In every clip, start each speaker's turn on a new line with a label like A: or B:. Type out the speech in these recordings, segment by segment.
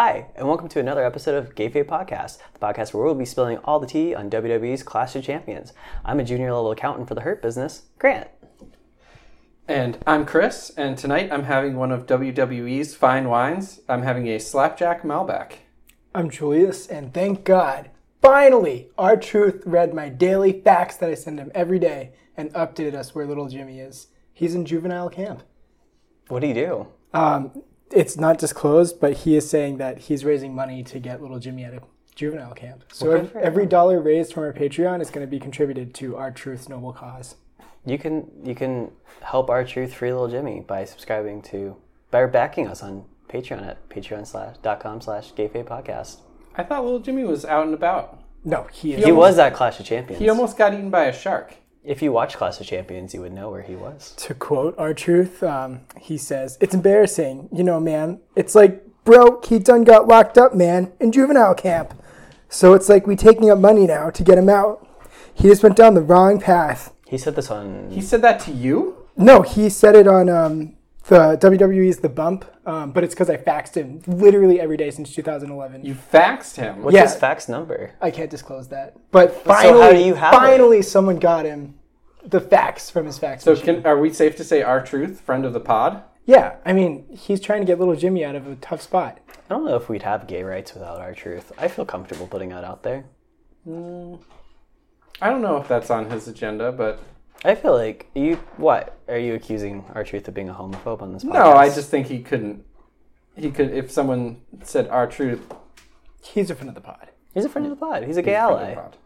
A: welcome to another episode of Gay Fave Podcast, the podcast where we'll be spilling all the tea on WWE's Clash of Champions. I'm a junior level accountant for the Hurt Business, Grant.
B: And I'm Chris, and tonight I'm having one of WWE's fine wines. I'm having a Slapjack Malbec.
C: I'm Julius, and thank God, finally, our truth read my daily facts that I send him every day and updated us where little Jimmy is. He's in juvenile camp.
A: What do you do?
C: Um, it's not disclosed, but he is saying that he's raising money to get little Jimmy out of juvenile camp. So ev- every dollar raised from our Patreon is going to be contributed to our truth's noble cause.
A: You can you can help our truth free little Jimmy by subscribing to by backing us on Patreon at patreon slash dot com slash Gay Fave Podcast.
B: I thought little Jimmy was out and about.
C: No, he is.
A: He was at Clash of Champions.
B: He almost got eaten by a shark.
A: if you watch Clash of Champions, you would know where he was.
C: to quote our truth, um, he says, "It's embarrassing, you know, man. It's like, bro, he done got locked up, man, in juvenile camp. So it's like we taking up money now to get him out. He just went down the wrong path.
A: He said this on
B: He said that to you?
C: No, he said it on um, the WWE's The Bump, um, but it's because I faxed him literally every day since 2011.
B: You faxed him.
A: what's
C: yeah.
A: his fax number?
C: I can't disclose that, but
A: so
C: finally,
A: how do you have it?
C: finally, someone got him the fax from his fax
B: So
C: machine.
B: can, are we safe to say our truth, friend of the pod?
C: yeah, I mean, he's trying to get little Jimmy out of a tough spot.
A: I don't know if we'd have gay rights without our truth. I feel comfortable putting that out there.
B: I don't know if that's on his agenda, but
A: I feel like you. What are you accusing our truth of being a homophobe on this? Podcast?
B: no, I just think he couldn't. He could if someone said our truth.
C: He's a friend of the pod.
A: He's a friend of the pod. He's a gay
B: friend of the
A: ally.
B: pod.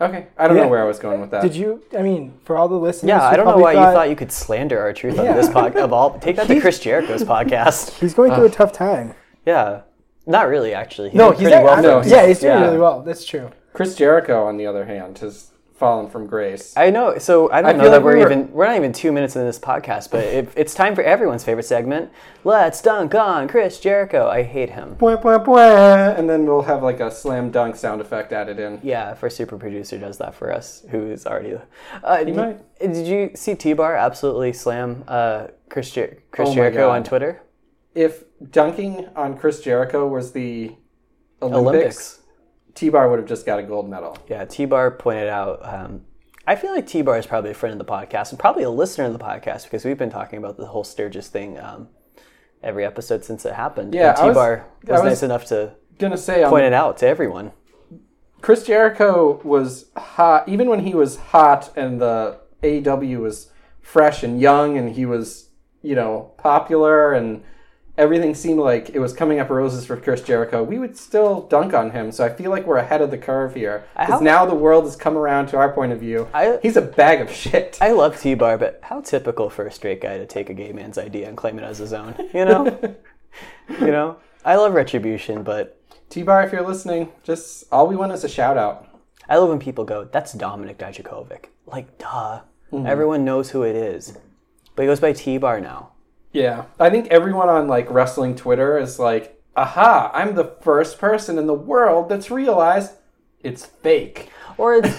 B: Okay, I don't know
C: Yeah.
B: where I was going with that.
C: Did you? I mean, for all the listeners,
A: Uh, Yeah,
C: who
A: I don't know
C: probably
A: why you thought you could slander our truth on
C: Yeah.
A: this podcast. Of all, take that to Chris Jericho's podcast.
C: he's going through a tough time.
A: Yeah, not really. Actually, he
C: No,
A: did
C: he's
A: pretty
C: at,
A: well.
C: I-
A: for
B: No,
A: himself.
C: yeah, he's doing
A: yeah.
C: really well. That's true.
B: Chris Jericho, on the other hand, has fallen from grace.
A: I know. So I don't
B: I
A: know
B: feel
A: that
B: like
A: we're,
B: we were-
A: even we're not even two minutes into this podcast, but it, it's time for everyone's favorite segment. Let's dunk on Chris Jericho. I hate him.
B: Bwah, bwah, bwah, and then we'll have like a slam dunk sound effect added in.
A: Yeah, if our super producer does that for us, who is already. Uh, did,
B: might.
A: did you see T Bar absolutely slam uh, Chris, Jer- Chris
B: Oh my
A: Jericho
B: God.
A: on Twitter?
B: If dunking on Chris Jericho was the Olympics,
A: Olympics.
B: T Bar would have just got a gold medal.
A: Yeah, T Bar pointed out. Um, I feel like T Bar is probably a friend of the podcast and probably a listener of the podcast because we've been talking about the whole Sturgis thing um, every episode since it happened.
B: Yeah, I
A: T
B: was-
A: Bar
B: I
A: was,
B: was-
A: nice enough to
B: Gonna say,
A: point it
B: um,
A: out to everyone.
B: Chris Jericho was hot, even when he was hot and the AEW was fresh and young and he was, you know, popular and everything seemed like it was coming up roses for Chris Jericho, we would still dunk on him. So I feel like we're ahead of the curve here.
A: How-
B: Because now the world has come around to our point of view.
A: I-
B: He's a bag of shit.
A: I love T Bar, but how typical for a straight guy to take a gay man's idea and claim it as his own, you know? you know? I love retribution, but
B: T Bar, if you're listening, just all we want is a shout out.
A: I love when people go, that's Dominic Dijakovic. Like, duh.
B: Mm-hmm.
A: Everyone knows who it is. But he goes by T Bar now.
B: Yeah. I think everyone on like wrestling Twitter is like, aha, I'm the first person in the world that's realized it's fake.
A: Or it's.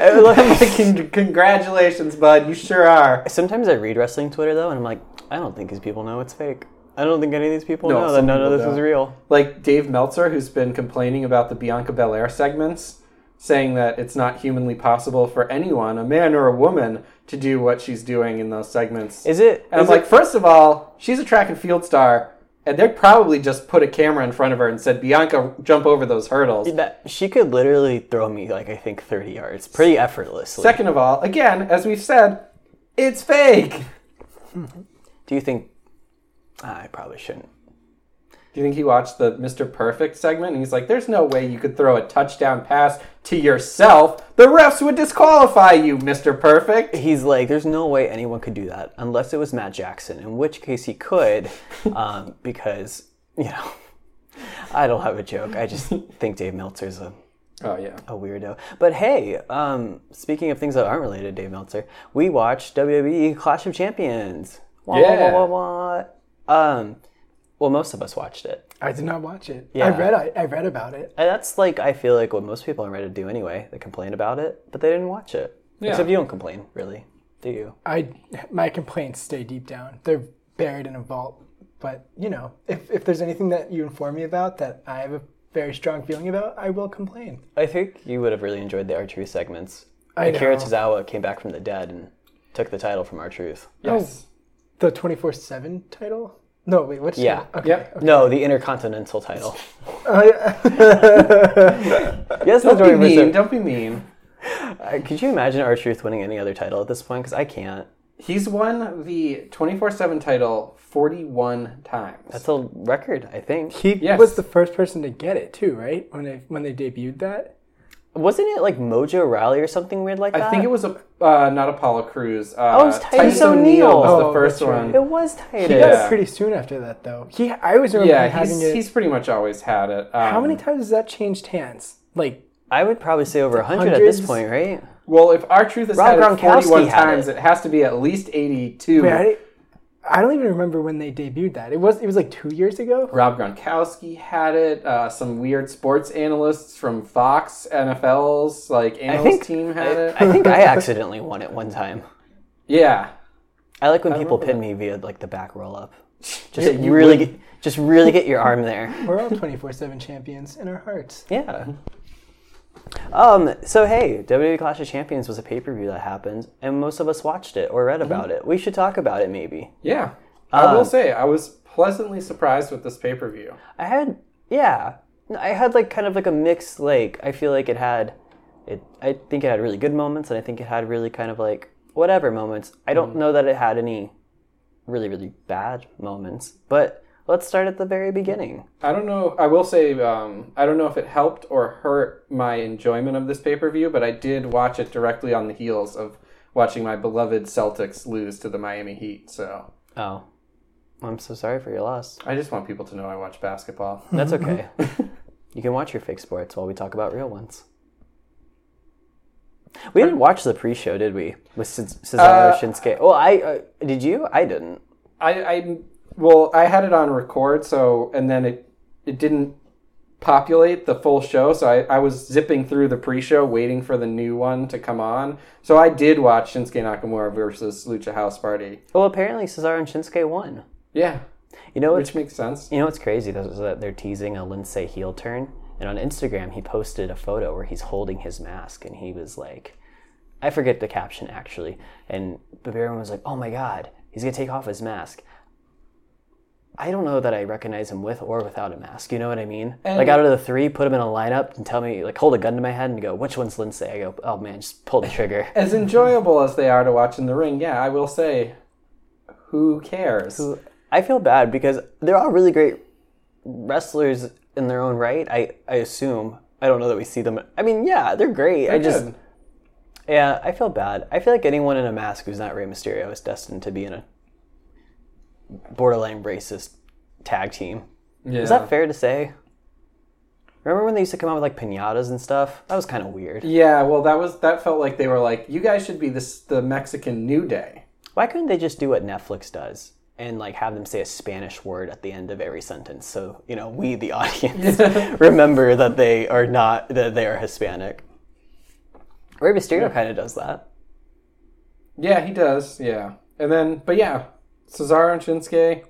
A: I love-
B: Con- Congratulations, bud. You sure are.
A: Sometimes I read wrestling Twitter, though, and I'm like, I don't think these people know it's fake. I don't think any of these people
B: No,
A: know that
B: some
A: none of
B: people
A: this is
B: don't.
A: real.
B: Like Dave Meltzer, who's been complaining about the Bianca Belair segments, saying that it's not humanly possible for anyone, a man or a woman, to do what she's doing in those segments.
A: Is it?
B: and I'm
A: is
B: like,
A: it-
B: first of all, she's a track and field star, and they probably just put a camera in front of her and said, Bianca, jump over those hurdles.
A: that she could literally throw me, like, I think 30 yards pretty effortlessly.
B: Second of all, again, as we've said, it's fake. Do
A: Do you think. Ah, I probably shouldn't.
B: you think he watched the Mr. Perfect segment and he's like, there's no way you could throw a touchdown pass to yourself? The refs would disqualify you, Mr. Perfect.
A: He's like, there's no way anyone could do that unless it was Matt Jackson, in which case he could, um, because, you know, I don't have a joke. I just think Dave Meltzer's a,
B: Oh, yeah.
A: a weirdo. But hey, um, speaking of things that aren't related to Dave Meltzer, we watched WWE Clash of Champions. Wah,
B: Yeah.
A: Wah, wah, wah, wah. Um, well, most of us watched it.
C: I did not watch it. I
A: Yeah.
C: read. I, I read about it.
A: And that's like, I feel like what most people on Reddit do anyway. They complain about it, but they didn't watch it. Except you don't complain, really. Do you?
C: I my complaints stay deep down. They're buried in a vault. But you know, if if there's anything that you inform me about that I have a very strong feeling about, I will complain.
A: I think you would have really enjoyed the R Truth segments.
C: I
A: Akira
C: know.
A: Tozawa came back from the dead and took the title from R Truth.
B: Yes.
C: The twenty four seven title? No, wait, what's
A: Yeah.
C: that? Okay.
B: Yep.
A: No, the Intercontinental title.
C: I-
A: Yes, the
B: Don't be mean.
A: 20%.
B: Don't be mean.
A: Uh, Could you imagine R Truth winning any other title at this point? Because I can't.
B: He's won the 24 7 title 41 times.
A: That's a record, I think.
C: he
B: Yes.
C: was the first person to get it too, right? When they when they debuted that.
A: Wasn't it like Mojo Rally or something weird like that?
B: I think it was a uh, not Apollo Crews. Uh,
A: Oh, it was Titus O'Neil.
B: was
C: Oh,
B: the first
C: that's right.
B: one.
A: It was Titus.
C: He got
B: Yeah.
C: it pretty soon after that, though. He I always remember him
B: Yeah,
C: having
B: he's,
C: it.
B: he's pretty much always had it. Um,
C: How many times has that changed hands? Like
A: I would probably say over 100 at this
C: hundreds?
A: point, right?
B: Well, if our truth is
A: Rob
B: had it
A: Gronkowski
B: 41
A: had
B: times, it. has to be at least 82.
C: Wait, I, di- I don't even remember when they debuted that. It was it was like two years ago.
B: Rob Gronkowski had it. Uh, some weird sports analysts from Fox NFL's like analyst
A: think-
B: team had it.
A: I think I accidentally won it one time.
B: yeah,
A: I like when people pin me via like the back roll up. Just
B: Yeah, you
A: really get, just really get your arm there.
C: We're all twenty four seven champions in our hearts.
A: Yeah. Um, so hey, WWE Clash of Champions was a pay per view that happened, and most of us watched it or read about it. We should talk about it maybe.
B: yeah. I
A: Ah.
B: will say I was pleasantly surprised with this pay per view.
A: I had yeah, I had like kind of like a mixed like I feel like it had it. I think it had really good moments, and I think it had really kind of like whatever moments. I don't know that it had any really really bad moments, but let's start at the very beginning.
B: I don't know. I will say um, I don't know if it helped or hurt my enjoyment of this pay per view, but I did watch it directly on the heels of watching my beloved Celtics lose to the Miami Heat. So
A: Oh, I'm so sorry for your loss.
B: I just want people to know I watch basketball.
A: That's okay. you can watch your fake sports while we talk about real ones. We didn't watch the pre-show, did we? With Ce- Cesaro
B: Uh,
A: Shinsuke. Well, I uh, did you? I didn't.
B: I, I well, I had it on record, so and then it it didn't populate the full show, so I, I was zipping through the pre-show waiting for the new one to come on. So I did watch Shinsuke Nakamura versus Lucha House Party.
A: Well, apparently Cesaro and Shinsuke won.
B: Yeah,
A: You know what's
B: which makes sense.
A: you know what's crazy though is that they're teasing a Lindsay heel turn, and on Instagram he posted a photo where he's holding his mask, and he was like, I forget the caption actually, and but everyone was like, oh my god, he's gonna take off his mask. I don't know that I recognize him with or without a mask. You know what I mean? like out of the three, put him in a lineup and tell me, like, hold a gun to my head and go, which one's Lindsay? I go, oh man, just pull the trigger.
B: As enjoyable as they are to watch in the ring, yeah, I will say, who cares?
A: I feel bad because they're all really great wrestlers in their own right. I, I assume. I don't know that we see them. I mean, yeah, they're great. I just
B: Good.
A: yeah, I feel bad. I feel like anyone in a mask who's not Rey Mysterio is destined to be in a borderline racist tag team.
B: yeah.
A: Is that fair to say? Remember when they used to come out with like pinatas and stuff? That was kind of weird.
B: yeah, well, that was that felt like they were like, you guys should be this the Mexican New Day.
A: Why couldn't they just do what Netflix does and like have them say a Spanish word at the end of every sentence so, you know, we the audience remember that they are not that they are Hispanic. Rey Mysterio kind of does that.
B: Yeah, he does. Yeah, and then, but yeah, Cesaro and Shinsuke,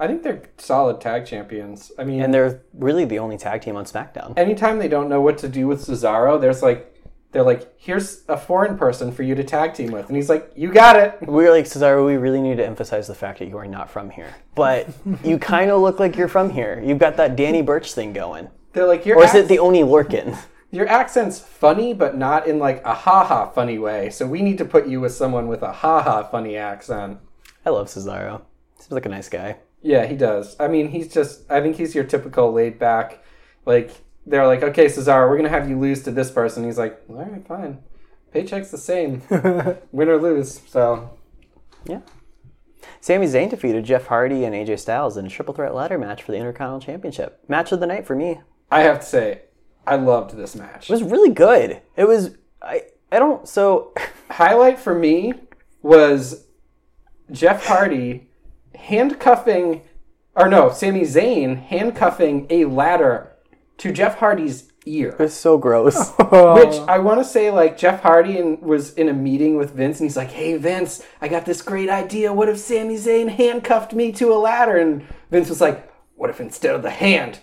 B: I think they're solid tag champions. I mean,
A: And they're really the only tag team on SmackDown.
B: anytime they don't know what to do with Cesaro, there's like, they're like, here's a foreign person for you to tag team with, and he's like, you got it.
A: We're like, Cesaro, we really need to emphasize the fact that you are not from here. But you kind of look like you're from here. You've got that Danny Birch thing going.
B: They're like, your
A: Or is
B: ac-
A: it the only Lorcan?
B: your accent's funny, but not in like a ha ha funny way. So we need to put you with someone with a ha ha funny accent.
A: I love Cesaro. Seems like a nice guy.
B: Yeah, he does. I mean, he's just. I think he's your typical laid back. Like they're like, okay, Cesaro, we're gonna have you lose to this person. He's like, all right, fine. Paycheck's the same, win or lose. So
A: Yeah. Sami Zayn defeated Jeff Hardy and AJ Styles in a triple threat ladder match for the Intercontinental Championship. Match of the night for me.
B: I have to say, I loved this match.
A: It was really good. It was I I don't so
B: Highlight for me was Jeff Hardy handcuffing, or no, Sami Zayn handcuffing a ladder to Jeff Hardy's ear.
A: It's so gross.
B: Which
A: Oh.
B: I want to say, like Jeff Hardy in, was in a meeting with Vince, and he's like, "Hey Vince, I got this great idea. What if Sami Zayn handcuffed me to a ladder?" And Vince was like, "What if instead of the hand,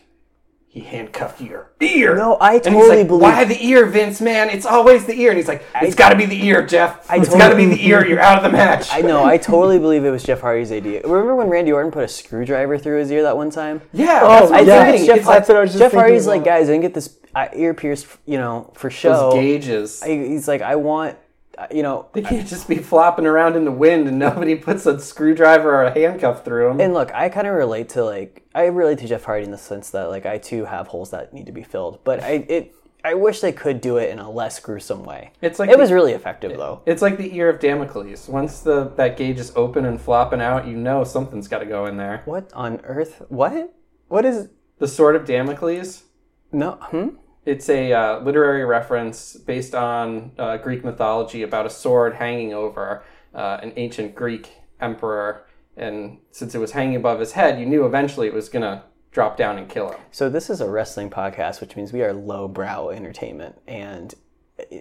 B: he handcuffed your ear?"
A: No, I
B: and he's
A: totally
B: like,
A: believe-
B: Why the ear, Vince? Man, it's always the ear. And he's like, "It's got to be the ear, Jeff. It's
A: totally-
B: got to be the ear. You're out of the match."
A: I know. I totally believe it was Jeff Hardy's idea. Remember when Randy Orton put a screwdriver through his ear that one time?
B: yeah, that's
C: Oh,
B: what
A: I
B: I'm
C: yeah.
A: think
B: saying.
A: it's Jeff,
B: It's like
C: That's what I was just
A: Jeff
C: thinking
A: Hardy's
C: about.
A: like, guys, I didn't get this uh, ear pierced, you know, for show.
B: those gauges.
A: Oh. I- he's like, I want, uh, you know,
B: They can't just be flopping around in the wind and nobody puts a screwdriver or a handcuff through them.
A: and look, I kind of relate to like, I relate to Jeff Hardy in the sense that like, I too have holes that need to be filled, but I it. I wish they could do it in a less gruesome way.
B: It's like
A: it
B: the-
A: was really effective though.
B: It's like the ear of Damocles. Once the that gauge is open and flopping out, you know something's got to go in there.
A: What on earth? What? What is?
B: The sword of Damocles.
A: No. Hmm.
B: It's a uh, literary reference based on uh, Greek mythology about a sword hanging over uh, an ancient Greek emperor, and since it was hanging above his head, you knew eventually it was gonna drop down and kill him.
A: So this is a wrestling podcast, which means we are lowbrow entertainment, and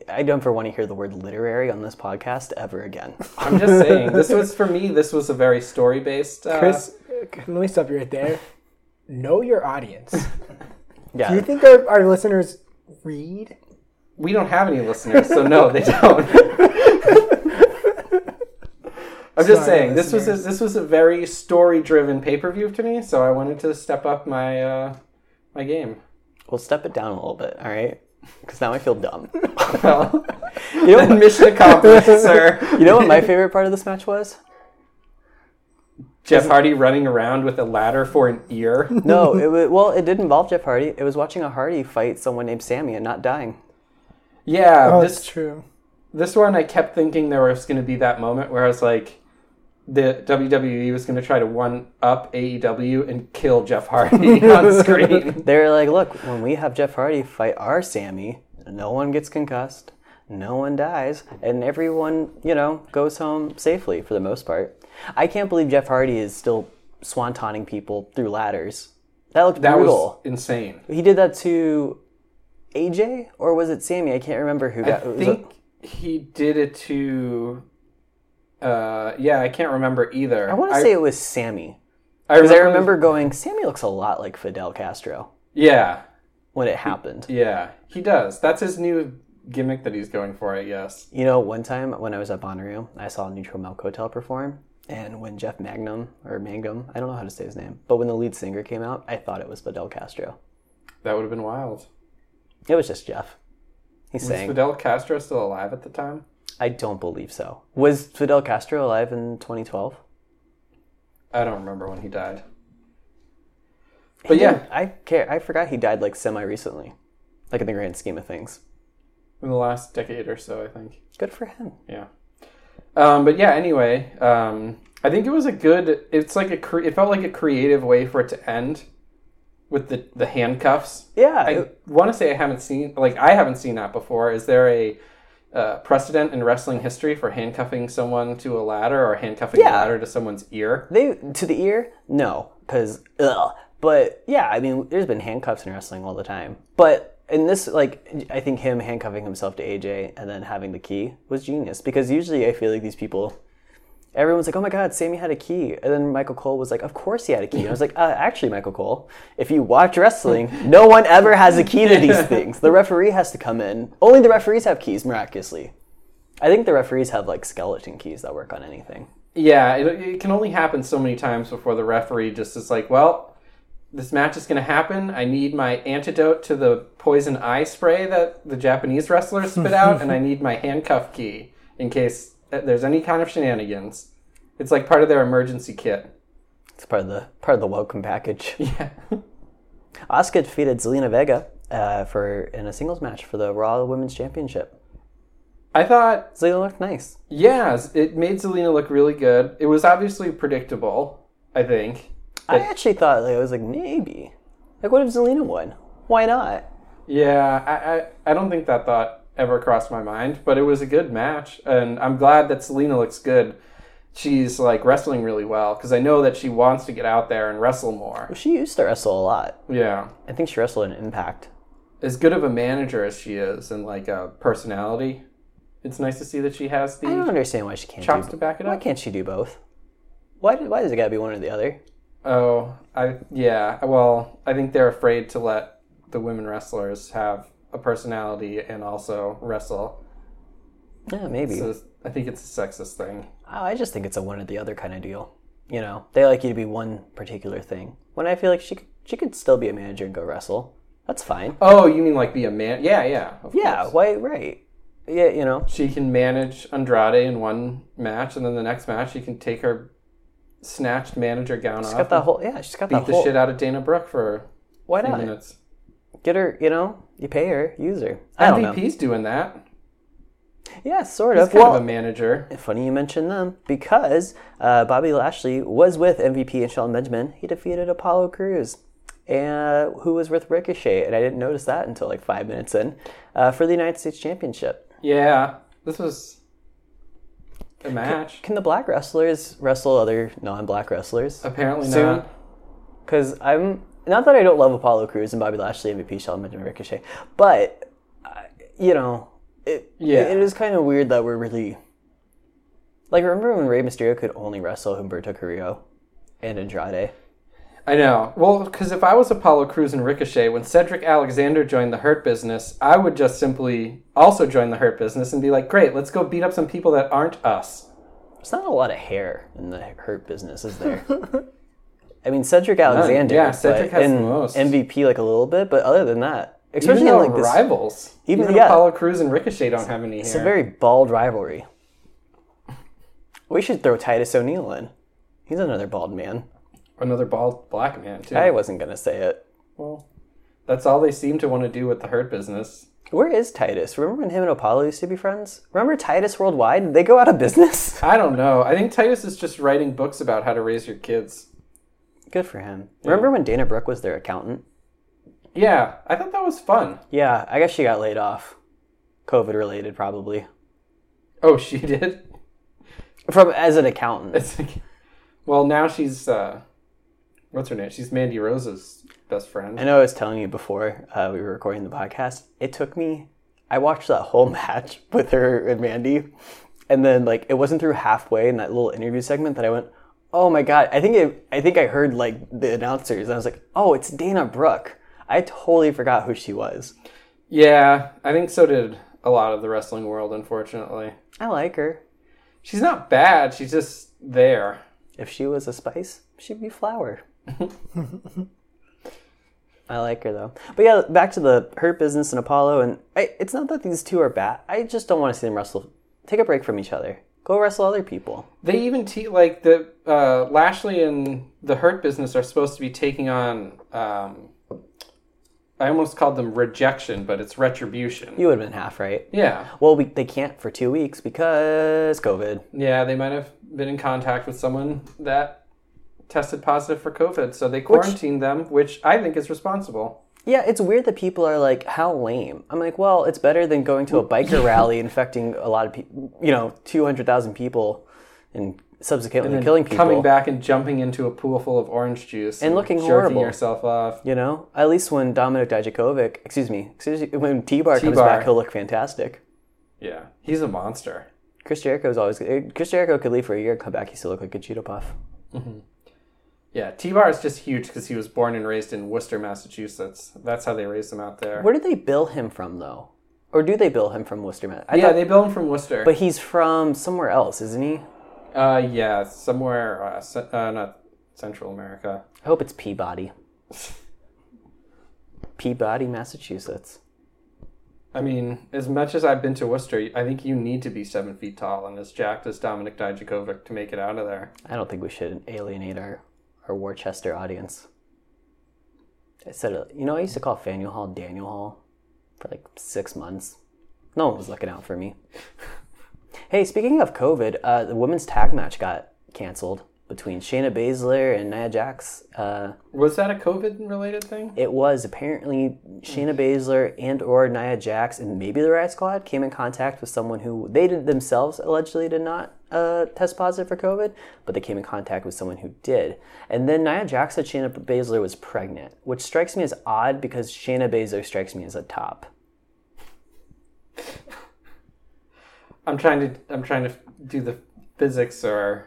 A: I don't ever want to hear the word literary on this podcast ever again.
B: I'm just saying. This was for me. This was a very story based. Uh,
C: Chris, let me stop you right there. Know your audience. Do you
A: Yeah,
C: think our, our listeners read?
B: Oh, we don't have any listeners, so no, they don't. I'm just
C: Sorry,
B: saying this was a, this was a very story driven pay per view to me, so I wanted to step up my uh, my game.
A: we'll step it down a little bit, all right? Because now I feel dumb.
B: Well,
A: You know, what,
B: mission accomplished, sir.
A: you know what my favorite part of this match was?
B: Jeff Hardy running around with a ladder for an ear.
A: No, it was, well, it did involve Jeff Hardy. It was watching a Hardy fight someone named Sammy and not dying.
B: Yeah,
C: Oh, that's
B: this
C: true.
B: this one I kept thinking there was going to be that moment where I was like, the WWE was going to try to one up AEW and kill Jeff Hardy on screen.
A: They were like, "Look, when we have Jeff Hardy fight our Sammy, no one gets concussed, no one dies, and everyone, you know, goes home safely for the most part." I can't believe Jeff Hardy is still swantoning people through ladders. That looked
B: That was
A: brutal.
B: insane.
A: He did that to AJ or was it Sammy? I can't remember who got.
B: I
A: it was a-
B: think he did it to. Uh, yeah, I can't remember either.
A: I want to say it was Sammy
B: I
A: because I remember going. Sammy looks a lot like Fidel Castro
B: Yeah,
A: when it happened.
B: yeah, he does. That's his new gimmick that he's going for. I guess.
A: You know, one time when I was at Bonnaroo, I saw Neutral Milk Hotel perform, and when Jeff Magnum or Mangum, I don't know how to say his name, but when the lead singer came out, I thought it was Fidel Castro.
B: That would have been wild.
A: It was just Jeff. He
B: Was
A: sang.
B: Fidel Castro still alive at the time?
A: I don't believe so. Was Fidel Castro alive in 2012?
B: I don't remember when he died. But yeah,
A: I care. I forgot he died like semi recently, like in the grand scheme of things.
B: in the last decade or so, I think.
A: Good for him.
B: Yeah. Um, but yeah, anyway, um, I think it was a good. It's like a. Cre- it felt like a creative way for it to end, with the the handcuffs.
A: Yeah.
B: I
A: it-
B: want to say I haven't seen like I haven't seen that before. Is there a uh, precedent in wrestling history for handcuffing someone to a ladder or handcuffing a
A: Yeah.
B: ladder to someone's ear?
A: they to the ear? No, because ugh. But yeah, I mean, there's been handcuffs in wrestling all the time. But in this, like, I think him handcuffing himself to AJ and then having the key was genius because usually I feel like these people, everyone's like, oh my god, Sammy had a key, and then Michael Cole was like, of course he had a key. And I was like, uh, actually, Michael Cole, if you watch wrestling, no one ever has a key to these things. The referee has to come in. Only the referees have keys, miraculously. I think the referees have like skeleton keys that work on anything.
B: Yeah, it, it can only happen so many times before the referee just is like, well, this match is going to happen. I need my antidote to the poison eye spray that the Japanese wrestlers spit out, and I need my handcuff key in case uh, there's any kind of shenanigans. It's like part of their emergency kit.
A: It's part of the part of the welcome package.
B: Yeah.
A: Asuka defeated Zelina Vega uh, for in a singles match for the Raw Women's Championship.
B: I thought
A: Zelina looked nice.
B: Yeah, it made Zelina look really good. It was obviously predictable, I think.
A: I actually thought like, I was like maybe, like what if Zelina won? Why not?
B: Yeah, I, I, I don't think that thought ever crossed my mind, but it was a good match, and I'm glad that Selena looks good. She's like wrestling really well because I know that she wants to get out there and wrestle more.
A: She used to wrestle a lot.
B: Yeah,
A: I think she wrestled in Impact.
B: as good of a manager as she is and like a personality, it's nice to see that she has
A: I don't
B: the
A: understand why she can't.
B: chops
A: do,
B: to back it
A: why
B: up.
A: can't she do both? Why? Why does it gotta be one or the other?
B: Oh, I yeah. Well, I think they're afraid to let the women wrestlers have a personality and also wrestle.
A: Yeah, maybe.
B: So I think it's a sexist thing.
A: I I just think it's a one or the other kind of deal. You know, they like you to be one particular thing. When I feel like she could- she could still be a manager and go wrestle. That's fine.
B: Oh, you mean like be a man? Yeah, yeah. of
A: Yeah,
B: course.
A: why? Right. Yeah, you know.
B: She can manage Andrade in one match, and then the next match she can take her snatched manager gown
A: She's
B: off
A: got that whole. Yeah, she's got
B: and
A: that
B: beat the
A: whole.
B: shit out of Dana Brooke for
A: why
B: a few
A: not
B: minutes.
A: get her? You know, you pay her, use her. I don't know.
B: MVP's doing that.
A: Yeah, sort of.
B: Kind
A: Well,
B: of a manager.
A: Funny you mention them because uh, Bobby Lashley was with MVP and Shelton Benjamin. He defeated Apollo Cruz, and who was with Ricochet, and I didn't notice that until like five minutes in uh, for the United States Championship.
B: Yeah, this was a match.
A: Can the black wrestlers wrestle other non-black wrestlers?
B: Apparently
A: Soon.
B: not.
A: Because I'm not that I don't love Apollo Cruz and Bobby Lashley, MVP, Shelton Benjamin, Ricochet, but uh, you know, it,
B: Yeah.
A: it is kind of weird that we're really like remember when Rey Mysterio could only wrestle Humberto Carrillo and Andrade.
B: I know. Well, because if I was Apollo Crews and Ricochet, when Cedric Alexander joined the Hurt Business, I would just simply also join the Hurt Business and be like, great, let's go beat up some people that aren't us.
A: There's not a lot of hair in the hurt business, is there? I mean, Cedric Alexander,
B: yeah, Cedric
A: but-
B: has the
A: and
B: most.
A: MVP like a little bit, but other than that, especially
B: even
A: in
B: though
A: like this,
B: rivals.
A: even-
B: Even,
A: yeah.
B: Apollo Crews and Ricochet don't have any
A: it's
B: hair.
A: a very bald rivalry. We should throw Titus O'Neil in. He's another bald man.
B: Another bald black man, too.
A: I wasn't gonna say it.
B: well, that's all they seem to want to do with the Hurt Business.
A: Where is Titus? Remember when him and Apollo used to be friends? Remember Titus Worldwide? Did they go out of business?
B: I don't know. I think Titus is just writing books about how to raise your kids.
A: Good for him. Remember when Dana Brooke was their accountant?
B: Yeah, I thought that was fun.
A: Yeah, I guess she got laid off. COVID related, probably.
B: Oh, she did?
A: From as an accountant.
B: It's like, well, now she's uh, what's her name? She's Mandy Rose's best friend.
A: I know I was telling you before uh, we were recording the podcast, it took me, I watched that whole match with her and Mandy. And then, like, it wasn't through halfway in that little interview segment that I went, oh my God, I think it, I think I heard, like, the announcers. And I was like, oh, it's Dana Brooke. I totally forgot who she was.
B: yeah, I think so did a lot of the wrestling world. Unfortunately,
A: I like her.
B: she's not bad. She's just there.
A: If she was a spice, she'd be flour. I like her though. But yeah, back to the Hurt Business and Apollo. And I, it's not that these two are bad. I just don't want to see them wrestle. Take a break from each other. Go wrestle other people.
B: They even te- like the uh, Lashley and the Hurt Business are supposed to be taking on. Um, I almost called them rejection, but it's retribution.
A: You would have been half right.
B: Yeah,
A: Well, we, they can't for two weeks because COVID.
B: yeah. They might have been in contact with someone that tested positive for COVID, so they quarantined them, which I think is responsible.
A: Yeah, it's weird that people are like, "How lame." I'm like, "Well, it's better than going to a biker rally, infecting a lot of people. You know, two hundred thousand people, and subsequently killing people."
B: coming back and jumping into a pool full of orange juice and,
A: looking
B: jerking
A: horrible.
B: yourself off.
A: You know, at least when Dominic Dijakovic, excuse me, excuse when T Bar comes
B: T-Bar.
A: back, he'll look fantastic.
B: Yeah, he's a monster.
A: Chris Jericho's always eh, Chris Jericho could leave for a year, come back, he still look like a Cheeto Puff.
B: Yeah, T-Bar is just huge because he was born and raised in Worcester, Massachusetts. That's how they raised him out there.
A: Where do they bill him from though? Or do they bill him from Worcester? Ma- I
B: yeah,
A: thought-
B: they bill him from Worcester.
A: but he's from somewhere else, isn't he?
B: uh, yeah, somewhere uh, ce- uh, not Central America.
A: I hope it's Peabody. Peabody, Massachusetts.
B: I mean, as much as I've been to Worcester, I think you need to be seven feet tall and as jacked as Dominic Dijakovic to make it out of there.
A: I don't think we should alienate our, our Worcester audience. I said, uh, you know, I used to call Faneuil Hall Daniel Hall for like six months. No one was looking out for me. hey, speaking of COVID, uh, the women's tag match got canceled. between Shayna Baszler and Nia Jax. Uh,
B: Was that a COVID related thing?
A: it was apparently Shayna Baszler and or Nia Jax and maybe the Riot Squad came in contact with someone who they did themselves allegedly did not uh, test positive for COVID, but they came in contact with someone who did. And then Nia Jax said Shayna Baszler was pregnant, which strikes me as odd because Shayna Baszler strikes me as a top.
B: I'm trying to I'm trying to do the physics or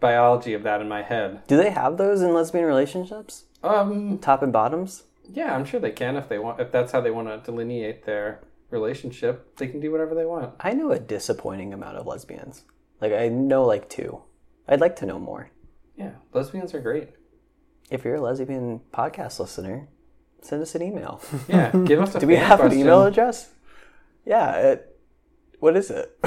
B: biology of that in my head.
A: Do they have those in lesbian relationships?
B: Um,
A: Top and bottoms?
B: yeah, I'm sure they can if they want if that's how they want to delineate their relationship. They can do whatever they want.
A: I know a disappointing amount of lesbians. Like I know like two. I'd like to know more.
B: Yeah, lesbians are great.
A: If you're a lesbian podcast listener, send us an email.
B: Yeah, give us a
A: Do we
B: fan
A: have
B: question.
A: an email address? Yeah. It, what is it?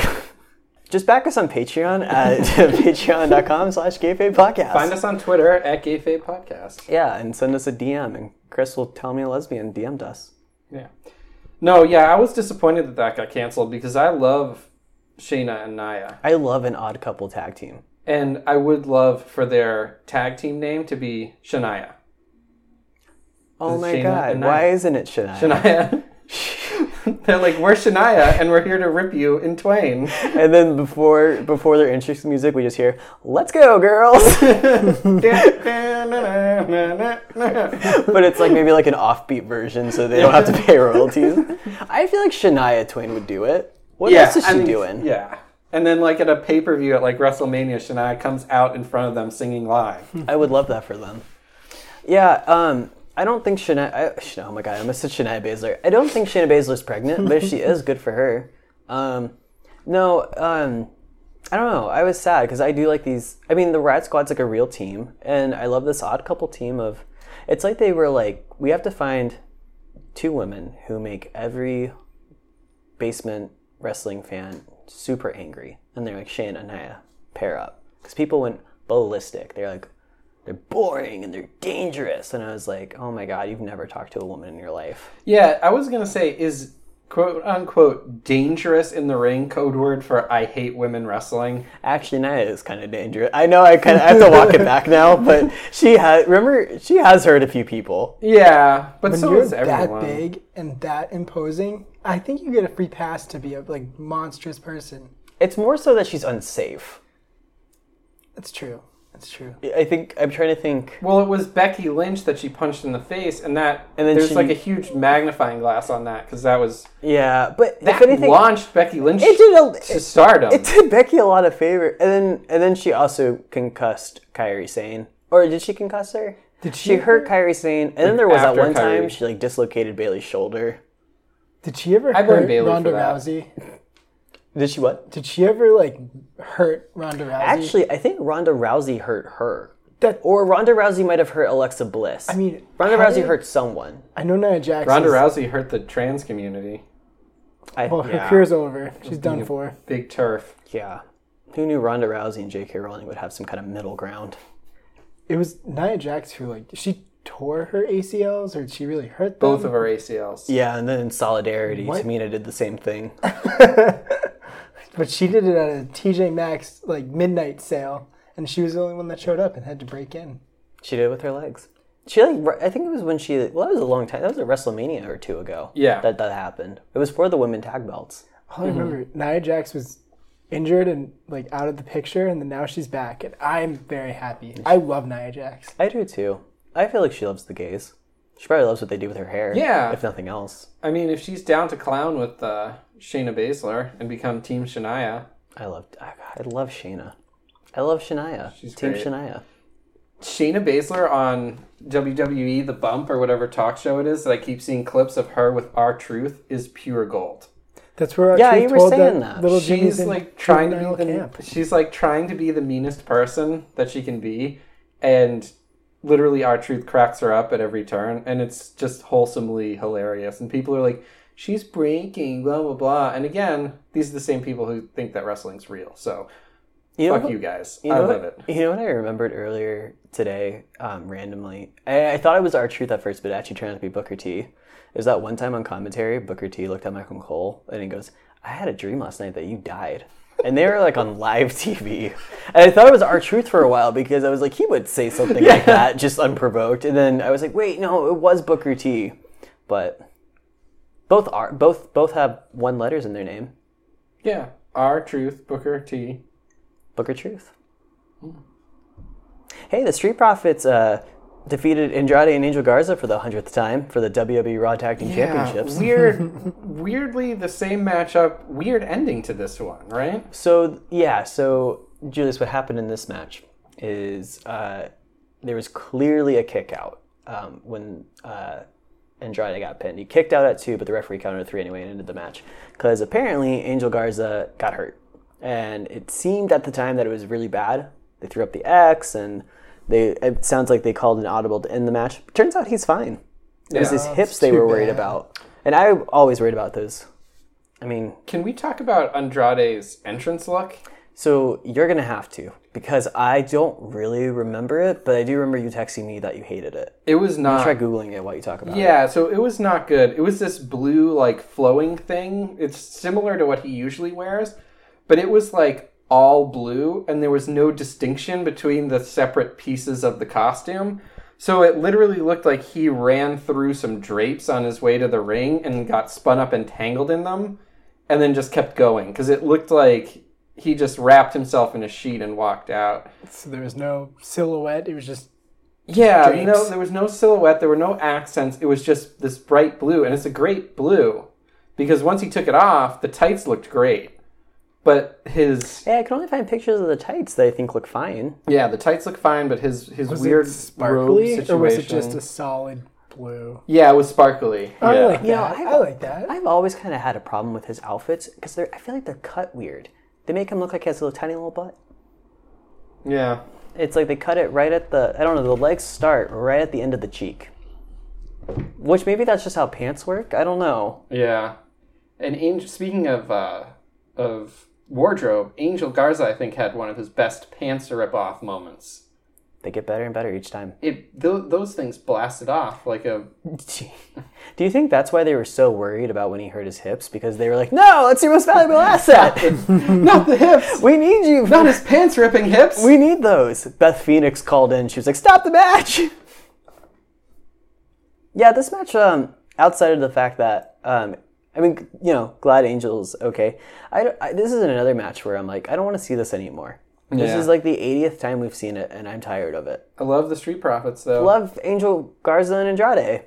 A: Just back us on Patreon at patreon.com slash gayfade podcast.
B: Find us on Twitter at Gay Fabe Podcast.
A: Yeah, and send us a DM, and Chris will tell me a lesbian DM'd us.
B: Yeah. No, yeah, I was disappointed that that got canceled because I love Shayna and Naya.
A: I love an odd couple tag team.
B: And I would love for their tag team name to be Shania.
A: Oh
B: Is
A: my
B: Shayna
A: god,
B: and
A: why
B: Nia?
A: isn't it Shania?
B: Shania. They're like, we're Shania and we're here to rip you in twain.
A: And then before before their interest music, we just hear, let's go, girls! but it's like maybe like an offbeat version, so they don't have to pay royalties. I feel like Shania Twain would do it. What else is she
B: I mean,
A: doing?
B: Yeah. And then, like, at a pay per view at like WrestleMania, Shania comes out in front of them singing live.
A: I would love that for them. Yeah, um, I don't think Shania. I, Shania- oh my god, I almost said Shania Baszler. I don't think Shania Baszler's pregnant, but if she is, good for her. Um, no, um, I don't know. I was sad because I do like these. I mean, the Riot Squad's like a real team, and I love this odd couple team of. It's like they were like, we have to find two women who make every basement wrestling fan super angry. And they're like, Shane and Naya, pair up. Because people went ballistic. They're like, they're boring and they're dangerous. And I was like, oh my God, you've never talked to a woman in your life.
B: Yeah, I was gonna say is quote unquote dangerous in the ring code word for I hate women wrestling.
A: Actually, Naya is kind of dangerous. I know I kind of I have to walk it back now, but she has, remember, she has hurt a few people.
B: Yeah, but so
C: you're
B: is
C: that
B: everyone.
C: big and that imposing, I think you get a free pass to be a like monstrous person.
A: It's more so that she's unsafe.
C: That's true. That's true.
A: I think, I'm trying to think.
B: Well, it was Becky Lynch that she punched in the face, and that
A: And then
B: and then there's
A: she-
B: like a huge magnifying glass on that because that was
A: Yeah, but
B: that
A: if anything,
B: launched Becky Lynch
A: it did a,
B: to stardom.
A: It did Becky a lot of favor, and then and then she also concussed Kyrie Sane, or did she concuss her? Did she, hurt Kyrie Sane? And then there was that
B: after
A: one time
B: Kyrie.
A: she like dislocated Bailey's shoulder.
C: Did she ever
B: I blame
C: hurt
B: Bayley for
C: Ronda
B: that.
C: Rousey?
A: Did she what?
C: Did she ever like hurt Ronda Rousey?
A: Actually, I think Ronda Rousey hurt her,
C: that or
A: or Ronda Rousey might have hurt Alexa Bliss.
C: I mean,
A: Ronda
C: how
A: Rousey
C: did-
A: hurt someone.
C: I know Nia Jax.
B: Ronda
C: is-
B: Rousey hurt the trans community.
A: I,
C: Well, her
A: yeah,
C: career's over. She's done for.
B: Big turf.
A: yeah. Who knew Ronda Rousey and J.K. Rowling would have some kind of middle ground?
C: It was Nia Jax who like she tore her ACLs, or did she really hurt them?
B: Both of our ACLs.
A: Yeah, and then in solidarity,
C: What?
A: Tamina did the same thing.
C: But she did it at a TJ Maxx like midnight sale, and she was the only one that showed up and had to break in.
A: She did it with her legs. She like re- I think it was when she well that was a long time that was a WrestleMania or two ago.
B: Yeah.
A: that that happened. It was for the women tag belts.
C: All I
B: Hmm.
C: remember, Nia Jax was injured and like out of the picture, and then now she's back, and I'm very happy. I love Nia Jax.
A: I do too. I feel like she loves the gays. She probably loves what they do with her hair.
B: Yeah.
A: if nothing else.
B: I mean, if she's down to clown with uh, Shayna Baszler and become Team Shania,
A: I love I I love Shayna. I love Shania.
B: She's
A: Team
B: great.
A: Shania.
B: Shayna Baszler on WWE The Bump or whatever talk show it is that I keep seeing clips of her with R Truth is pure gold.
C: That's where our
A: Yeah,
C: truth
A: you were
C: told
A: saying that.
C: little Jimmy's
B: She's
C: in
B: like trying to
C: juvenile
B: be the
C: camp.
B: she's like trying to be the meanest person that she can be, and literally R Truth cracks her up at every turn, and it's just wholesomely hilarious. And people are like, "She's breaking blah blah blah," and again, these are the same people who think that wrestling's real. So
A: You know
B: fuck
A: what-
B: you guys,
A: You
B: I
A: know
B: love
A: what,
B: it.
A: You know what I remembered earlier today, um, randomly? I, I thought it was our truth at first, but it actually turned out to be Booker T. Is that one time on commentary, Booker T looked at Michael Cole and he goes, I had a dream last night that you died. and they were like on live TV. And I thought it was our truth for a while because I was like, he would say something like that just unprovoked. And then I was like, wait, no, it was Booker T. But both are both both have one letters in their name.
B: Yeah. R Truth, Booker T.
A: Booker Truth. Hey, the Street Profits uh, defeated Andrade and Angel Garza for the hundredth time for the WWE Raw Tag Team Championships.
B: Weird weirdly the same matchup, weird ending to this one, right?
A: So yeah, so Julius, what happened in this match is uh, there was clearly a kick out um, when uh, Andrade got pinned. He kicked out at two, but the referee counted three anyway and ended the match because apparently Angel Garza got hurt, and it seemed at the time that it was really bad. They threw up the X, and they it sounds like they called an audible to end the match. Turns out he's fine. It was
B: Yeah.
A: his hips they
C: too
A: were worried
C: bad.
A: about, and I always worried about those. I mean,
B: Can we talk about Andrade's entrance look?
A: So you're gonna have to because I don't really remember it, but I do remember you texting me that you hated it.
B: It was not
A: Try googling it while you talk about it.
B: Yeah, so it was not good. It was this blue, like, flowing thing. It's similar to what he usually wears, but it was, like, all blue, and there was no distinction between the separate pieces of the costume. So it literally looked like he ran through some drapes on his way to the ring and got spun up and tangled in them, and then just kept going, because it looked like he just wrapped himself in a sheet and walked out.
C: So there was no silhouette. It was just
B: Yeah,
C: drapes.
B: no, there was no silhouette. There were no accents. It was just this bright blue, and it's a great blue because once he took it off, the tights looked great. But his
A: Hey, I can only find pictures of the tights that I think look fine.
B: yeah, the tights look fine, but his his
C: was
B: weird
C: it
B: robe
C: sparkly
B: situation.
C: or was it just a Oh, solid blue?
B: yeah, it was sparkly.
C: I
B: yeah.
C: like that.
A: Yeah, I-
C: I like that.
A: I've always kind of had a problem with his outfits because they're I feel like they're cut weird. They make him look like he has a little tiny little butt.
B: yeah.
A: It's like they cut it right at the I don't know the legs start right at the end of the cheek. Which maybe that's just how pants work. I don't know.
B: Yeah. And Angel, speaking of uh, of wardrobe, Angel Garza I think had one of his best pants rip off moments.
A: They get better and better each time.
B: It th- those things blasted off like a
A: Do you think that's why they were so worried about when he hurt his hips? Because they were like, "No, that's your most valuable asset.
B: not the hips,
A: we need you.
B: not his pants ripping hips.
A: We need those." Beth Phoenix called in. She was like, "Stop the match." yeah, this match. Um, outside of the fact that, um, I mean, you know, Glad Angels. Okay, I, don't- I this is another match where I'm like, I don't want to see this anymore. This
B: Yeah.
A: is like the 80th time we've seen it, and I'm tired of it.
B: I love the Street Profits though.
A: love Angel Garza and Andrade,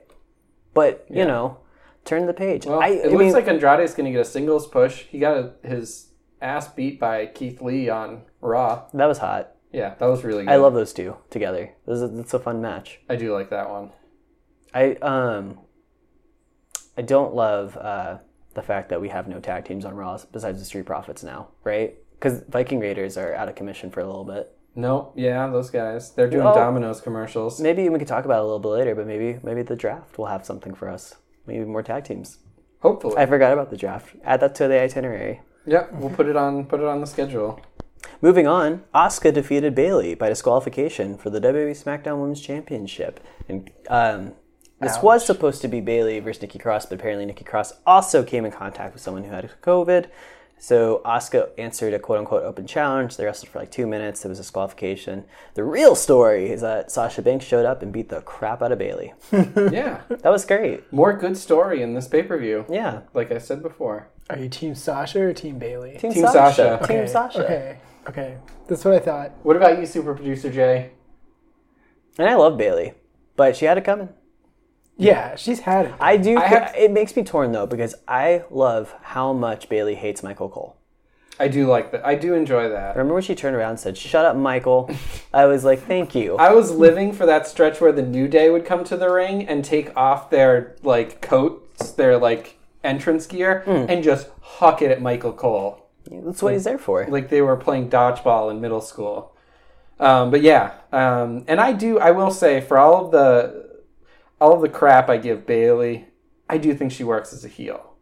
A: but you know, turn the page.
B: Well,
A: I,
B: it
A: I
B: looks
A: mean,
B: like Andrade's going to get a singles push. He got a, his ass beat by Keith Lee on Raw.
A: that was hot.
B: Yeah, that was really good.
A: I love those two together. This is, it's a fun match.
B: I do like that one.
A: I um, I don't love uh, the fact that we have no tag teams on Raw besides the Street Profits now, right? Because Viking Raiders are out of commission for a little bit.
B: No, yeah, those guys. They're doing
A: Well-
B: Domino's commercials.
A: Maybe we could talk about it a little bit later, but maybe maybe the draft will have something for us. Maybe more tag teams.
B: Hopefully.
A: I forgot about the draft. Add that to the itinerary.
B: Yep, we'll put it on put it on the schedule.
A: Moving on, Asuka defeated Bailey by disqualification for the WWE SmackDown Women's Championship. And um, this was supposed to be Bailey versus Nikki Cross, but apparently Nikki Cross also came in contact with someone who had COVID. So Asuka answered a quote unquote open challenge. They wrestled for like two minutes. It was disqualification. The real story is that Sasha Banks showed up and beat the crap out of Bailey.
B: yeah.
A: That was great.
B: More good story in this pay-per-view.
A: Yeah.
B: Like I said before.
C: Are you Team Sasha or Team Bailey?
A: Team,
B: Team
A: Sasha.
B: Sasha.
A: Team
C: okay.
A: Sasha.
C: Okay. Okay. That's what I thought.
B: What about you, Super Producer Jay?
A: And I love Bailey, but she had it coming.
C: Yeah, she's had it.
A: I do.
B: I have-
A: it makes me torn though because I love how much Bailey hates Michael Cole.
B: I do like that. I do enjoy that.
A: Remember when she turned around and said, "Shut up, Michael." I was like, "Thank you."
B: I was living for that stretch where the New Day would come to the ring and take off their like coats, their like entrance gear, and just huck it at Michael Cole,
A: That's what he's there for.
B: like they were playing dodgeball in middle school. Um, but yeah, um, and I do. I will say for all of the all of the crap I give Bailey, I do think she works as a heel.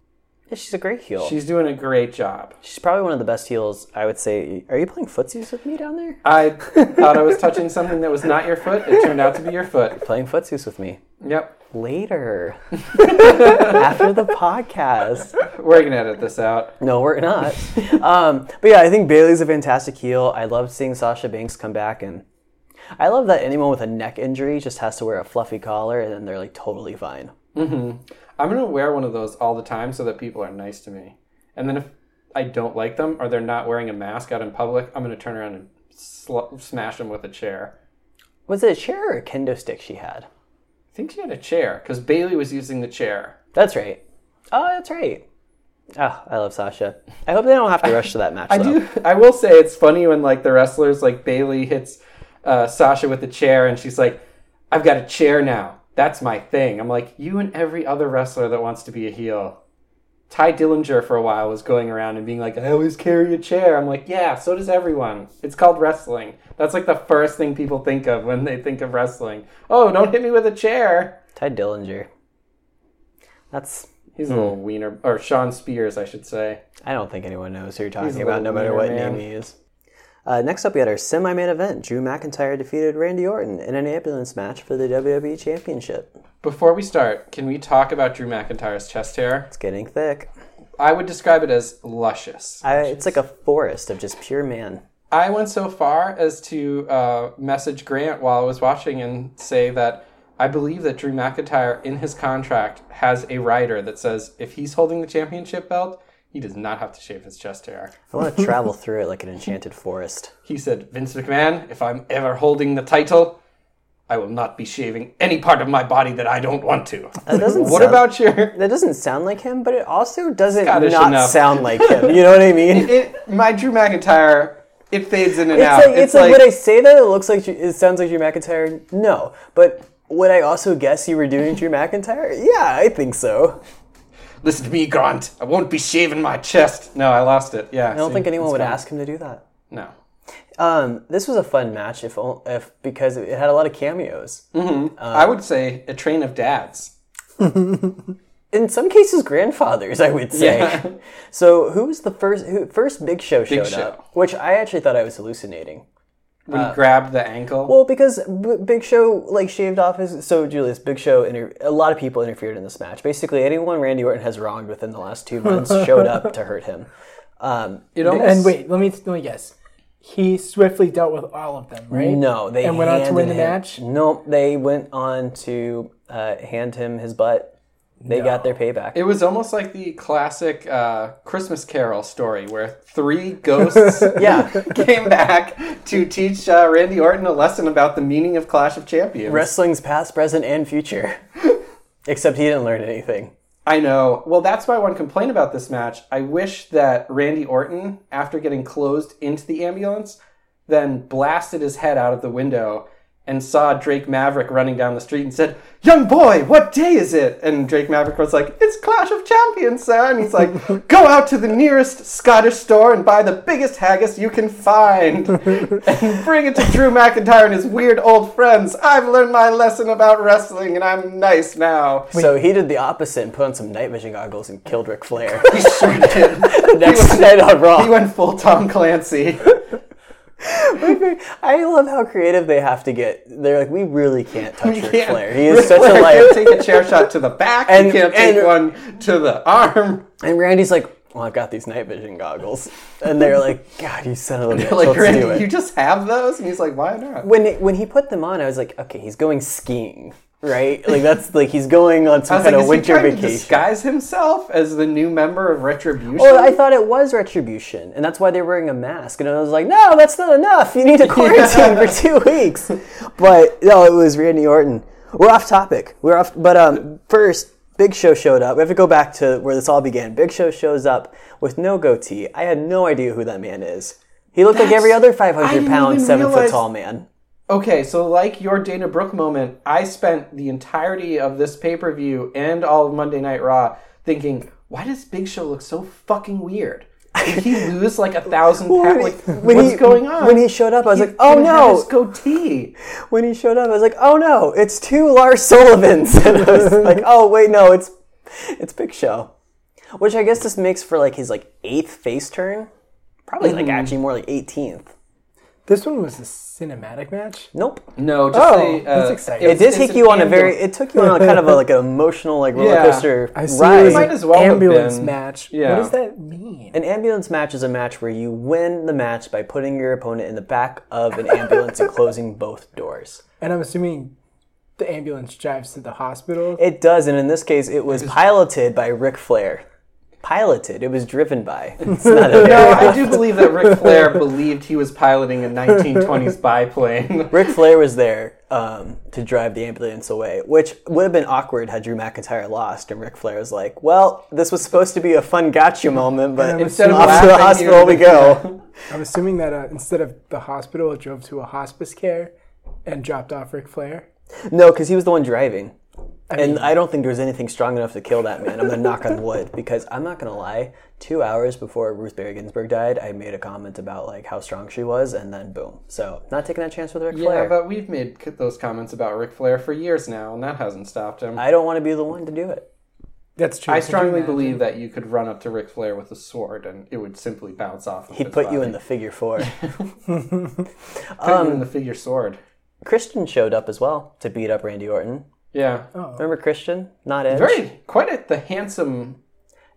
A: Yeah, she's a great heel.
B: She's doing a great job.
A: She's probably one of the best heels. I would say. Are you playing footsies with me down there?
B: I thought I was touching something that was not your foot. It turned out to be your foot.
A: Playing footsies with me.
B: Yep.
A: later after the podcast.
B: We're gonna edit this out.
A: No, we're not. um, but yeah, I think Bailey's a fantastic heel. I love seeing Sasha Banks come back, and I love that anyone with a neck injury just has to wear a fluffy collar, and then they're like totally fine.
B: I'm gonna wear one of those all the time so that people are nice to me. And then if I don't like them or they're not wearing a mask out in public, I'm gonna turn around and sl- smash them with a chair.
A: Was it a chair or a kendo stick she had?
B: I think she had a chair because Bailey was using the chair.
A: That's right. Oh, that's right. Oh, I love Sasha. I hope they don't have to rush to that match.
B: I
A: though.
B: do. I will say it's funny when like the wrestlers like Bailey hits uh, Sasha with the chair and she's like, "I've got a chair now. That's my thing." I'm like, you and every other wrestler that wants to be a heel. Ty Dillinger for a while was going around and being like, "I always carry a chair." I'm like, "Yeah, so does everyone. It's called wrestling. That's like the first thing people think of when they think of wrestling. Oh, don't hit me with a chair."
A: Ty Dillinger. That's.
B: He's a little wiener, or Sean Spears, I should say.
A: I don't think anyone knows who you're talking
B: He's a
A: about, no
B: little
A: matter
B: wiener
A: what
B: man.
A: name he is. Uh, next up, we had our semi-main event. Drew McIntyre defeated Randy Orton in an ambulance match for the WWE Championship.
B: Before we start, can we talk about Drew McIntyre's chest hair?
A: It's getting thick.
B: I would describe it as luscious.
A: I, it's like a forest of just pure man.
B: I went so far as to uh, message Grant while I was watching and say that I believe that Drew McIntyre in his contract has a rider that says if he's holding the championship belt, he does not have to shave his chest hair.
A: I want to travel through it like an enchanted forest.
B: He said, Vince McMahon, if I'm ever holding the title, I will not be shaving any part of my body that I don't want to.
A: doesn't
B: what
A: sound-
B: about your
A: That doesn't sound like him, but it also doesn't
B: Scottish
A: not
B: enough.
A: sound like him. You know what I mean?
B: it, my Drew McIntyre? It fades in and
A: It's
B: out.
A: like it's, like, would I say that it looks like Drew- it sounds like Drew McIntyre? No, but would I also guess you were doing Drew McIntyre? Yeah, I think so.
B: Listen to me, Grant. I won't be shaving my chest. No, I lost it. Yeah.
A: I don't think anyone would ask him to do that.
B: No.
A: Um, this was a fun match, if o- if because it had a lot of cameos. Uh,
B: I would say a train of dads.
A: In some cases, grandfathers, I would say.
B: Yeah.
A: So who was the first? Who, first Big Show showed
B: Show.
A: up, which I actually thought I was hallucinating.
B: When he grabbed the ankle.
A: uh, Well, because B- Big Show like shaved off his. So Julius, Big Show, inter- a lot of people interfered in this match. Basically, anyone Randy Orton has wronged within the last two months showed up to hurt him. Um,
B: it almost,
C: And wait, let me let me guess. He swiftly dealt with all of them, right?
A: No, they
C: and went on to
A: handed
C: win the
A: him-
C: match.
A: No, they went on to uh, hand him his butt. They got their payback.
B: it was almost like the classic uh, Christmas Carol story where three ghosts
A: yeah,
B: came back to teach uh, Randy Orton a lesson about the meaning of Clash of Champions.
A: wrestling's past, present, and future. Except he didn't learn anything.
B: I know. Well, that's my one complaint about this match. I wish that Randy Orton, after getting closed into the ambulance, then blasted his head out of the window and saw Drake Maverick running down the street and said, Young boy, what day is it? And Drake Maverick was like, It's Clash of Champions, sir. And he's like, Go out to the nearest Scottish store and buy the biggest haggis you can find and bring it to Drew McIntyre and his weird old friends. I've learned my lesson about wrestling and I'm nice now.
A: So he did the opposite and put on some night vision goggles and killed Ric Flair
B: He sure did.
A: next night on Raw.
B: He went full Tom Clancy.
A: I love how creative they have to get. They're like, we really can't touch Ric
B: Yeah.
A: Flair. He is such
B: Flair
A: a liar.
B: can't take a chair shot to the back.
A: And-
B: And, he can't take
A: and-
B: one to the arm.
A: And Randy's like, well, I've got these night vision goggles. And they're like, God, you son of a bitch.
B: Like
A: Let's do it.
B: Randy, you just have those, and he's like, "Why not?"
A: when it, when he put them on, I was like, okay, he's going skiing, right? Like that's like he's going on
B: I
A: some
B: was
A: kind of
B: like, is he
A: winter
B: trying to
A: vacation.
B: disguise himself as the new member of Retribution?
A: Well, I thought it was retribution, and that's why they're wearing a mask. And I was like, no, that's not enough. You need to quarantine for two weeks. But no, it was Randy Orton. We're off topic. We're off. But um, first, Big Show showed up. We have to go back to where this all began. Big Show shows up with no goatee. I had no idea who that man is. He looked like
B: That's-
A: every other
B: I
A: 500
B: didn't
A: pound,
B: even
A: seven foot
B: realize-
A: tall man.
B: Okay, so like your Dana Brooke moment, I spent the entirety of this pay per view and all of Monday Night Raw thinking, why does Big Show look so fucking weird? Did he lose like a thousand pounds? Like, what's
A: he,
B: going on?
A: When he showed up, I was
B: He
A: like, oh
B: even had His
A: no.
B: goatee.
A: When he showed up, I was like, oh no, it's two Lars Sullivans. And I was like, oh wait, no, it's it's Big Show. Which I guess this
B: Mm-hmm.
A: makes for like his like eighth face turn. Probably like actually more like eighteenth.
C: This one was a cinematic match.
A: Nope.
B: No, just
C: Oh,
B: a, uh,
C: that's exciting.
A: It did
B: it's
A: take
B: an
A: you on a very. It
B: ambulance-
A: took you on a kind of a, like an emotional like roller
B: Yeah.
A: coaster
C: I see it
A: ride.
C: was
B: Might
C: an
B: as well have
C: ambulance
B: been.
C: match.
B: Yeah.
C: What does that mean?
A: An ambulance match is a match where you win the match by putting your opponent in the back of an ambulance and closing both doors.
C: And I'm assuming the ambulance drives to the hospital.
A: It does, and in this case, it was piloted by Ric Flair. Piloted. It was driven by. It's not a
B: No, I do believe that Ric Flair believed he was piloting a 1920s biplane.
A: Ric Flair was there um, to drive the ambulance away, which would have been awkward had Drew McIntyre lost. And Ric Flair was like, "Well, this was supposed to be a fun gotcha moment, but
C: I'm
A: instead
C: assuming-
A: off to the
B: Laughing
A: hospital
B: here.
A: we go."
C: I'm assuming that uh, instead of the hospital, it drove to a hospice care and dropped off Ric Flair.
A: No, because he was the one driving, and I don't think there was anything strong enough to kill that man. I'm gonna knock on wood because I'm not gonna lie. Two hours before Ruth Bader Ginsburg died, I made a comment about like how strong she was, and then boom. So not taking that chance with Ric Flair.
B: Yeah, but we've made c- those comments about Ric Flair for years now, and that hasn't stopped him. I,
A: I don't want to be the one to do it.
C: That's true. Could you
B: strongly
C: imagine?
B: believe that you could run up to Ric Flair with a sword and it would simply bounce off. Of
A: He put you in the figure four.
B: put you in um, the figure sword.
A: Christian showed up as well to beat up Randy Orton.
B: Yeah,
A: Remember Christian? Not Edge.
B: very quite a, the handsome,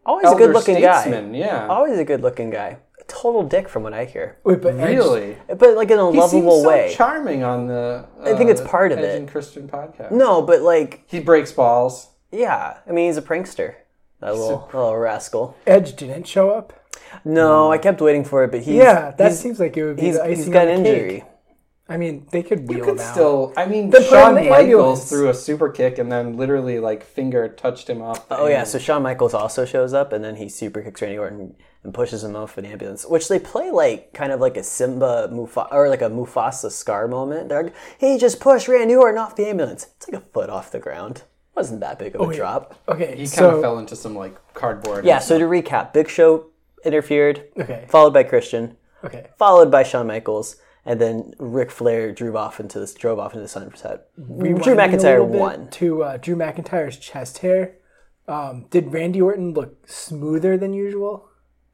A: Always a
B: elder
A: good looking guy.
B: statesman. Yeah,
A: Always a good looking guy. Total dick from what I hear.
C: Wait, but Edge-
B: really.
A: But like in a
B: He
A: lovable
B: seems so
A: way.
B: charming on the. Uh,
A: think it's part of
B: Edge
A: it.
B: and Christian podcast.
A: no, but like,
B: He breaks balls.
A: yeah. I mean, he's a prankster. That little, little rascal.
C: Edge didn't show up.
A: No, I kept waiting for it, but he's,
C: Hmm. Yeah, that
A: he's,
C: seems like it would be
A: he's,
C: the icing
A: he's got
C: on
A: an
C: the cake.
A: injury.
C: I mean, they could wheel
B: You could
C: him out.
B: still. I mean,
C: Then put him
B: Shawn
C: in the
B: Michaels
C: ambulance.
B: threw a super kick and then literally like finger touched him off.
A: Oh, yeah. So Shawn Michaels also shows up, and then he super kicks Randy Orton and pushes him off an ambulance, which they play like kind of like a Simba Mufa- or like a Mufasa scar moment. They're like, he just pushed Randy Orton off the ambulance. It's like a foot off the ground. Wasn't that big of
C: Oh,
A: a drop.
C: Okay,
B: He kind of
C: so
B: fell into some like cardboard.
A: Yeah. So to recap, Big Show interfered,
C: okay,
A: followed by Christian,
C: okay.
A: followed by Shawn Michaels, and then Ric Flair drove off into this drove off into the sunset. Drew
C: Winding a
A: McIntyre
C: little bit
A: won.
C: to uh, Drew McIntyre's chest hair. Um, did Randy Orton look smoother than usual?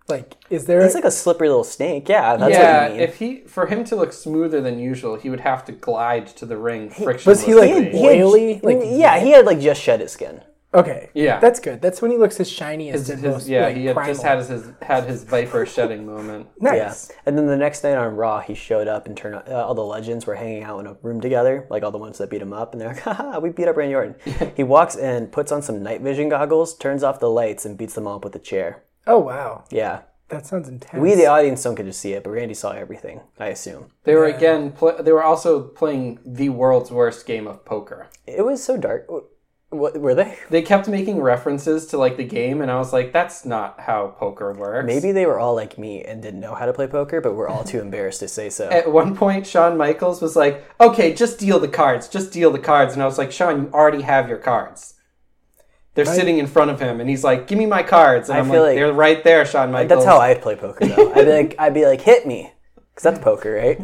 C: Like, is there?
A: It's like a slippery little snake. Yeah, that's
B: yeah.
A: what you mean.
B: If he for him to look smoother than usual, he would have to glide to the ring frictionlessly.
C: was he, like,
A: He had- mm,
C: oily, like-
A: yeah, he had like just shed his skin.
C: okay,
B: Yeah.
C: that's good. That's when he looks his shiniest and
B: His-
C: most
B: yeah,
C: like,
B: he had
C: primal.
B: just had his had his viper shedding moment.
A: Yeah.
C: nice.
A: And then the next night on Raw, he showed up and turned uh, all the legends were hanging out in a room together, like all the ones that beat him up, and they're like, haha, we beat up Randy Orton. he walks in, puts on some night vision goggles, turns off the lights, and beats them all up with a chair.
C: Oh wow,
A: Yeah.
C: that sounds intense.
A: We, the audience, don't get to see it, but Randy saw everything, I assume.
B: They were again. Pl- they were also playing the world's worst game of poker.
A: It was so dark. W- What, were they?
B: They kept making references to like the game, and I was like, "That's not how poker works."
A: Maybe they were all like me and didn't know how to play poker, but we're all too embarrassed to say so.
B: At one point, Shawn Michaels was like, "Okay, just deal the cards. Just deal the cards." And I was like, "Shawn, you already have your cards." They're sitting in front of him, and he's like, "Give me my cards." And I am
A: feel
B: like,
A: like-
B: "They're right there, Shawn Michaels."
A: That's how I'd play poker, though. I'd be like, I'd be like hit me. Because that's poker, right?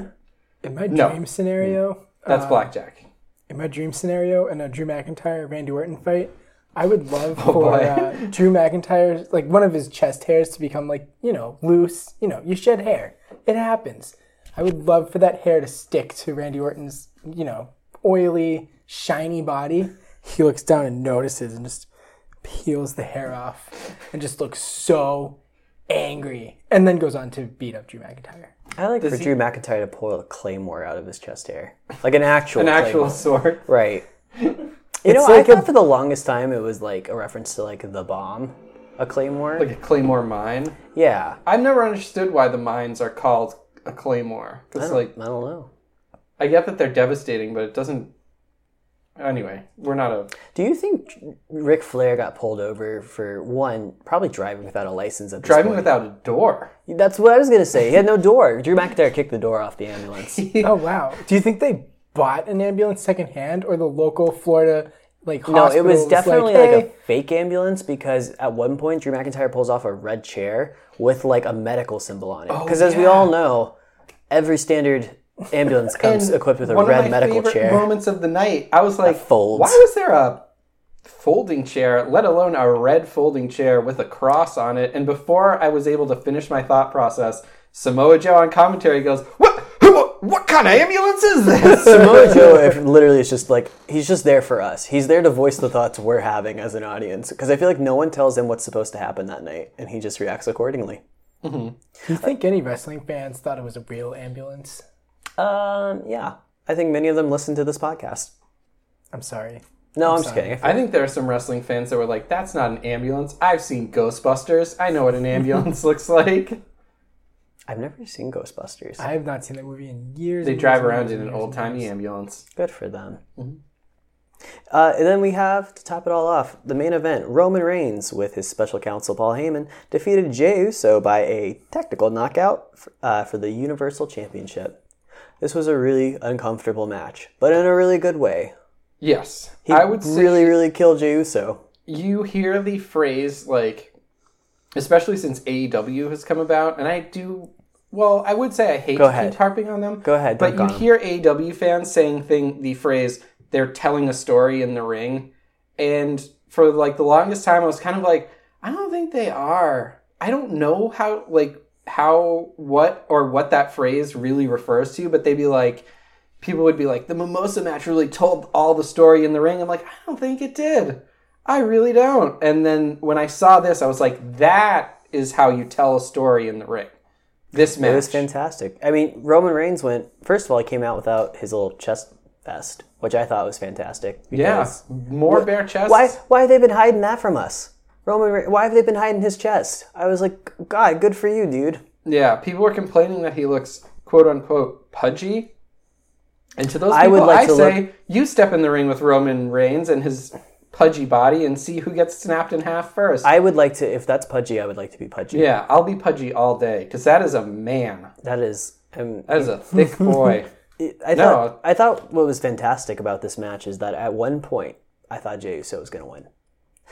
C: in my
B: No.
C: dream scenario, uh,
B: That's blackjack.
C: in my dream scenario, in a Drew McIntyre Randy Orton fight, I would love for
B: Oh, boy.
C: uh, Drew McIntyre's like one of his chest hairs to become like you know loose. You know, you shed hair; it happens. I would love for that hair to stick to Randy Orton's you know oily, shiny body. He looks down and notices and just peels the hair off and just looks so angry, and then goes on to beat up Drew McIntyre.
A: I like for Drew McIntyre to pull a claymore out of his chest hair, like an actual,
B: An
A: claymore.
B: actual sword.
A: right? You know,
C: like
A: I
C: a-
A: thought for the longest time it was like a reference to like the bomb, a claymore.
B: Like a claymore mine.
A: yeah,
B: I've never understood why the mines are called a claymore. Because like
A: I don't know.
B: I get that they're devastating, but it doesn't. Anyway, we're not a.
A: Do you think Ric Flair got pulled over for one, probably driving without a license at this
B: Driving
A: point?
B: without a door.
A: That's what I was gonna say. He had no door. Drew McIntyre kicked the door off the ambulance.
C: Oh wow! Do you think they bought an ambulance secondhand, or the local Florida like
A: No,
C: hospital?
A: it was definitely like,
C: "Hey,
A: a fake ambulance because at one point Drew McIntyre pulls off a red chair with like a medical symbol on it. Because as we all know, every standard ambulance comes equipped with a
B: One of
A: red
B: my
A: medical
B: favorite
A: chair.
B: moments of the night. I was like,
A: folds.
B: why was there a folding chair, let alone a red folding chair with a cross on it? And before I was able to finish my thought process, Samoa Joe on commentary goes, "What? Who? What kind of ambulance is this?
A: Samoa Joe, if literally, is just like he's just there for us. He's there to voice the thoughts we're having as an audience because I feel like no one tells him what's supposed to happen that night, and he just reacts accordingly.
C: Do you think any wrestling fans thought it was a real ambulance?
A: Um, yeah, I think many of them listen to this podcast.
C: I'm sorry.
A: No, I'm, just kidding. I feel-
B: I think there are some wrestling fans that were like, that's not an ambulance. I've seen Ghostbusters. I know what an ambulance looks like.
A: I've never seen Ghostbusters.
C: I have not seen that movie in years.
B: They
C: and
B: drive
C: years and
B: around
C: years
B: in an
C: and years
B: old
C: and years.
B: timey ambulance.
A: Good for them.
B: Mm-hmm.
A: Uh, and then we have, to top it all off, the main event. Roman Reigns, with his special counsel Paul Heyman, defeated Jey Uso by a technical knockout f- uh, for the Universal Championship. This was a really uncomfortable match, but in a really good way.
B: Yes.
A: He
B: I would say
A: really, really killed Jey Uso.
B: you hear the phrase like especially since AEW has come about and I do well, I would say I hate to
A: ahead.
B: keep harping on them.
A: Go ahead,
B: But
A: dunk
B: you
A: on 'em.
B: hear AEW fans saying thing the phrase they're telling a story in the ring and for like the longest time I was kind of like I don't think they are. I don't know how like how what or what that phrase really refers to, but they'd be like people would be like, the mimosa match really told all the story in the ring. I'm like, I don't think it did. I really don't. And then when I saw this, I was like, that is how you tell a story in the ring. This match.
A: It was fantastic. I mean, Roman Reigns went, first of all, he came out without his little chest vest, which I thought was fantastic.
B: yeah.
A: because-
B: More bare chests.
A: Why, why have they been hiding that from us? Roman, Re- why have they been hiding his chest? I was like, God, good for you, dude.
B: Yeah. People were complaining that he looks quote unquote pudgy. And to those people,
A: I
B: I,
A: would like to
B: say, you step in the ring with Roman Reigns and his pudgy body and see who gets snapped in half first.
A: I would like to, if that's pudgy, I would like to be pudgy.
B: yeah, I'll be pudgy all day because that is a man.
A: That is, um,
B: That is a thick boy.
A: I
B: no.
A: thought, I thought what was fantastic about this match is that at one point, I thought Jey Uso was going to win.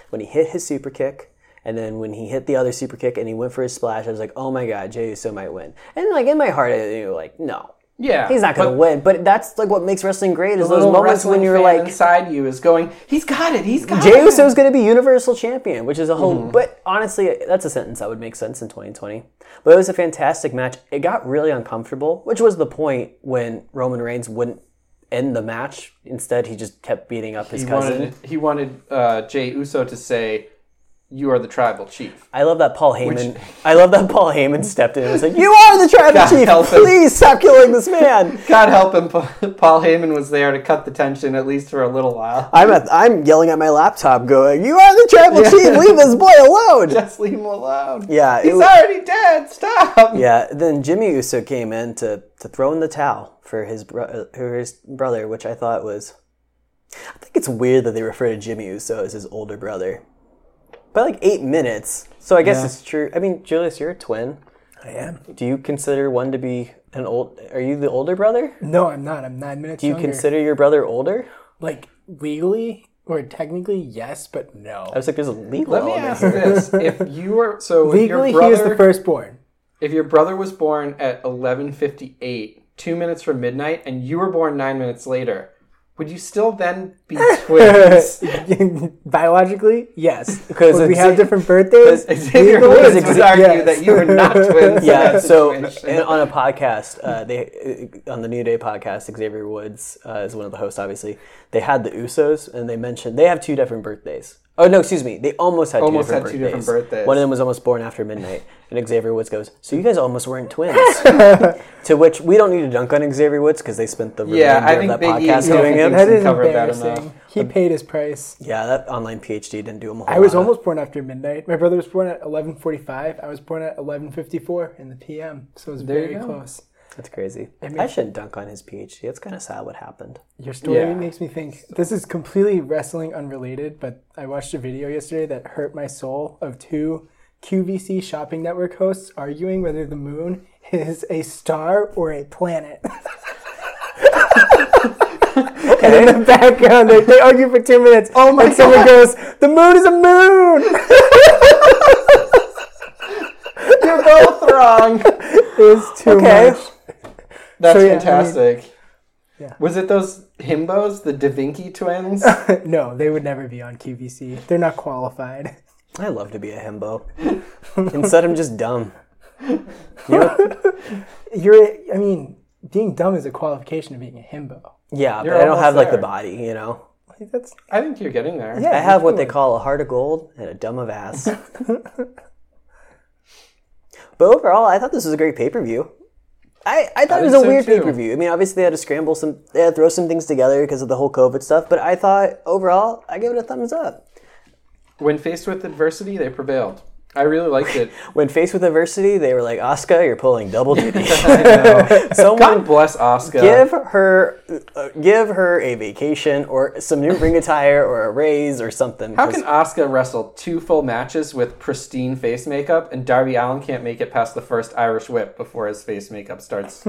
A: When he hit his super kick, and then when he hit the other super kick and he went for his splash, I was like, oh my God, Jey Uso might win. And like in my heart, I knew, like, no.
B: Yeah,
A: He's not going to win, but that's like what makes wrestling great is
B: Those
A: those moments when you're like,
B: inside you is going, he's got it, he's got
A: Jey
B: it.
A: Uso's going to be Universal Champion, which is a
B: Mm-hmm.
A: whole. But honestly, that's a sentence that would make sense in 2020. But it was a fantastic match. It got really uncomfortable, which was the point when Roman Reigns wouldn't end the match. Instead, he just kept beating up his
B: He
A: cousin.
B: wanted, he wanted uh, Jay Uso to say, "You are the tribal chief."
A: I love that Paul Heyman. I love that Paul Heyman stepped in and was like, "You are the tribal
B: God
A: chief.
B: help him."
A: Please stop killing this man."
B: God help him, Pa- Paul Heyman was there to cut the tension at least for a little while.
A: I'm at, I'm yelling at my laptop, going, "You are the tribal chief. Leave this boy alone."
B: Just leave him alone.
A: Yeah, it
B: he's
A: wa-
B: already dead. Stop.
A: Yeah, then Jimmy Uso came in to, to throw in the towel for his bro- for his brother, which I thought was. I think it's weird that they refer to Jimmy Uso as his older brother. By like eight minutes, so I guess it's true. I mean, Julius, you're a twin.
C: I am.
A: Do you consider one to be an old? Are you the older brother?
C: No, I'm not. I'm nine minutes
A: Do you
C: younger.
A: consider your brother older?
C: like legally or technically yes, but no.
A: I was like, there's a legal
B: Let me
A: element
B: ask
A: here.
B: this: If you were so,
C: legally,
B: if your
C: he is the
B: brother,
C: firstborn.
B: if your brother was born at eleven fifty eight, two minutes from midnight, and you were born nine minutes later, would you still then be twins?
C: Biologically, yes,
A: 'Cause
C: because we
A: it's-
C: have different birthdays.
B: Xavier
C: Legally,
B: Woods
C: it's-
B: would argue
C: yes.
B: that you are not twins. in
A: yeah
B: that
A: so
B: situation.
A: and on a podcast uh, they uh, on the new day podcast xavier woods uh, is one of the hosts obviously they had the usos and they mentioned they have two different birthdays oh no excuse me they almost had,
B: Almost
A: two, different
B: had two
A: birthdays.
B: different birthdays.
A: one of them was almost born after midnight and xavier woods goes so you guys almost weren't twins to which we don't need to dunk on xavier woods because they spent the
B: Yeah,
A: remainder
B: I
A: of
B: think
A: that
B: Big E
A: podcast
B: still
A: doing
B: thinks-
A: it
C: That is
B: covered that enough.
C: embarrassing. He paid his price.
A: yeah that online phd didn't do him a whole
C: I was
A: lot of-
C: almost born after midnight. My brother was born at 11:45. I was born at 11:54 in the p.m. So it was
B: There you
C: very
B: go.
C: close.
A: that's crazy i shouldn't dunk on his phd that's kind of sad what happened
C: Your story
B: Yeah.
C: makes me think. This is completely wrestling unrelated, but I watched a video yesterday that hurt my soul of two QVC shopping network hosts arguing whether the moon is a star or a planet. And in the background, they, they argue for two minutes. Oh my! And someone goes, "The moon is a moon."
B: You're both wrong.
C: It's too
A: Okay.
C: much.
B: That's
C: So, yeah, I mean-
B: fantastic.
C: Yeah.
B: Was it those himbos, the Da Vinci twins?
C: No, they would never be on QVC. They're not qualified.
A: I love to be a himbo. Instead, I'm just dumb. You know,
C: You're, I mean, being dumb is a qualification of being a himbo.
A: Yeah,
B: You're
A: but I don't have
B: almost
A: like the
B: there.
A: body, you know.
C: Like, that's
B: I think you're getting there.
C: yeah.
A: I have what they call a heart of gold and a dumb of ass. but overall, I thought this was a great pay per view. I, I thought it was a
B: think so,
A: weird
B: too.
A: pay per view. I mean, obviously they had to scramble some, they had to throw some things together because of the whole COVID stuff. But I thought overall, I give it a thumbs up.
B: When faced with adversity, they prevailed. I really liked it.
A: When faced with adversity, they were like, "Oscar, you're pulling double duty."
B: God
A: Someone
B: bless Oscar.
A: give her, uh, give her a vacation or some new ring attire or a raise or something.
B: How
A: 'cause-
B: can Asuka wrestle two full matches with pristine face makeup and Darby Allen can't make it past the first Irish whip before his face makeup starts?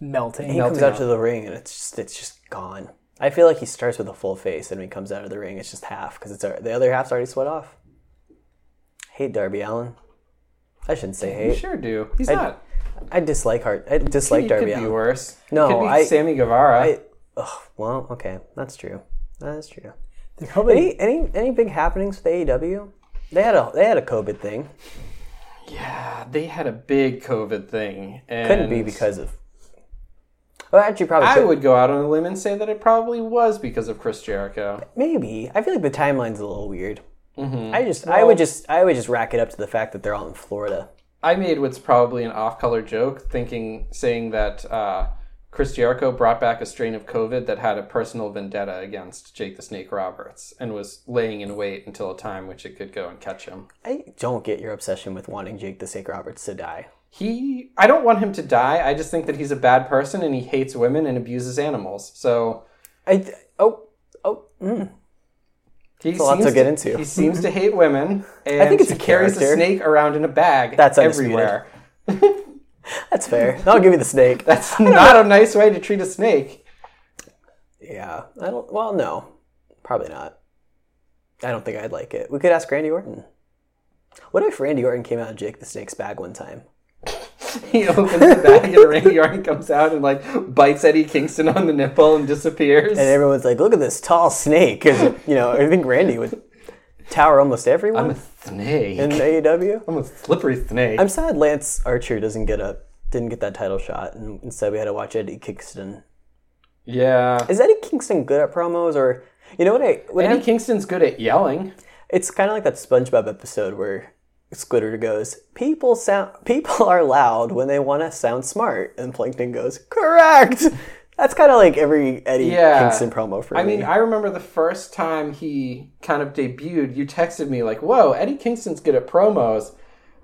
C: melting.
A: He comes out to the ring and it's just it's just gone. I feel like he starts with a full face and when he comes out of the ring it's just half because it's the other half's already sweat off. Hate Darby Allen. I shouldn't say
B: you
A: hate.
B: sure do. He's not.
A: I dislike Hart. I dislike
B: He could
A: Darby
B: be
A: Allen.
B: worse. He
A: No,
B: could be
A: I-
B: Sammy Guevara.
A: I, ugh, well, okay, that's true. That's true.
C: They're probably-
A: Any any any big happenings with AEW? They had a they had a COVID thing.
B: they had a big COVID thing. And
A: Couldn't be because of. Well, actually, probably
B: I
A: could.
B: would go out on a limb and say that it probably was because of Chris Jericho.
A: Maybe I feel like the timeline's a little weird.
B: Mm-hmm.
A: I just I would just I would just rack it up to the fact that they're all in Florida.
B: I made what's probably an off-color joke, thinking saying that uh, Chris Jericho brought back a strain of COVID that had a personal vendetta against Jake the Snake Roberts and was laying in wait until a time which it could go and catch him.
A: I don't get your obsession with wanting Jake the Snake Roberts to die.
B: He, I don't want him to die. I just think that he's a bad person and he hates women and abuses animals. So
A: I th- oh oh mm.
B: he
A: a lot
B: seems
A: to get into.
B: He seems to hate women. And I
A: think it's
B: he
A: a
B: carries a
A: character.
B: snake around in a bag.
A: That's undisputed.
B: everywhere.
A: that's fair. I'll give you the snake.
B: That's not a nice way to treat a snake.
A: yeah, I don't. Well, no, probably not. I don't think I'd like it. We could ask Randy Orton. What if Randy Orton came out of Jake the Snake's bag one time?
B: He opens the bag and Randy Orton comes out and like bites Eddie Kingston on the nipple and disappears.
A: And everyone's like, "Look at this tall snake," because you know I think Randy would tower almost
B: I'm
A: everyone
B: a snake.
A: in AEW.
B: I'm a slippery snake.
A: I'm sad Lance Archer doesn't get a didn't get that title shot, and instead we had to watch Eddie Kingston.
B: yeah.
A: Is Eddie Kingston good at promos, or you know what I? When
B: Eddie
A: I
B: Kingston's good at yelling.
A: it's kind of like that SpongeBob episode where Squidward goes, "People sound people are loud when they want to sound smart," and Plankton goes, "Correct." That's kind of like every Eddie
B: Yeah.
A: Kingston promo for
B: I
A: me.
B: mean, I remember the first time he kind of debuted, you texted me like, "Whoa, Eddie Kingston's good at promos."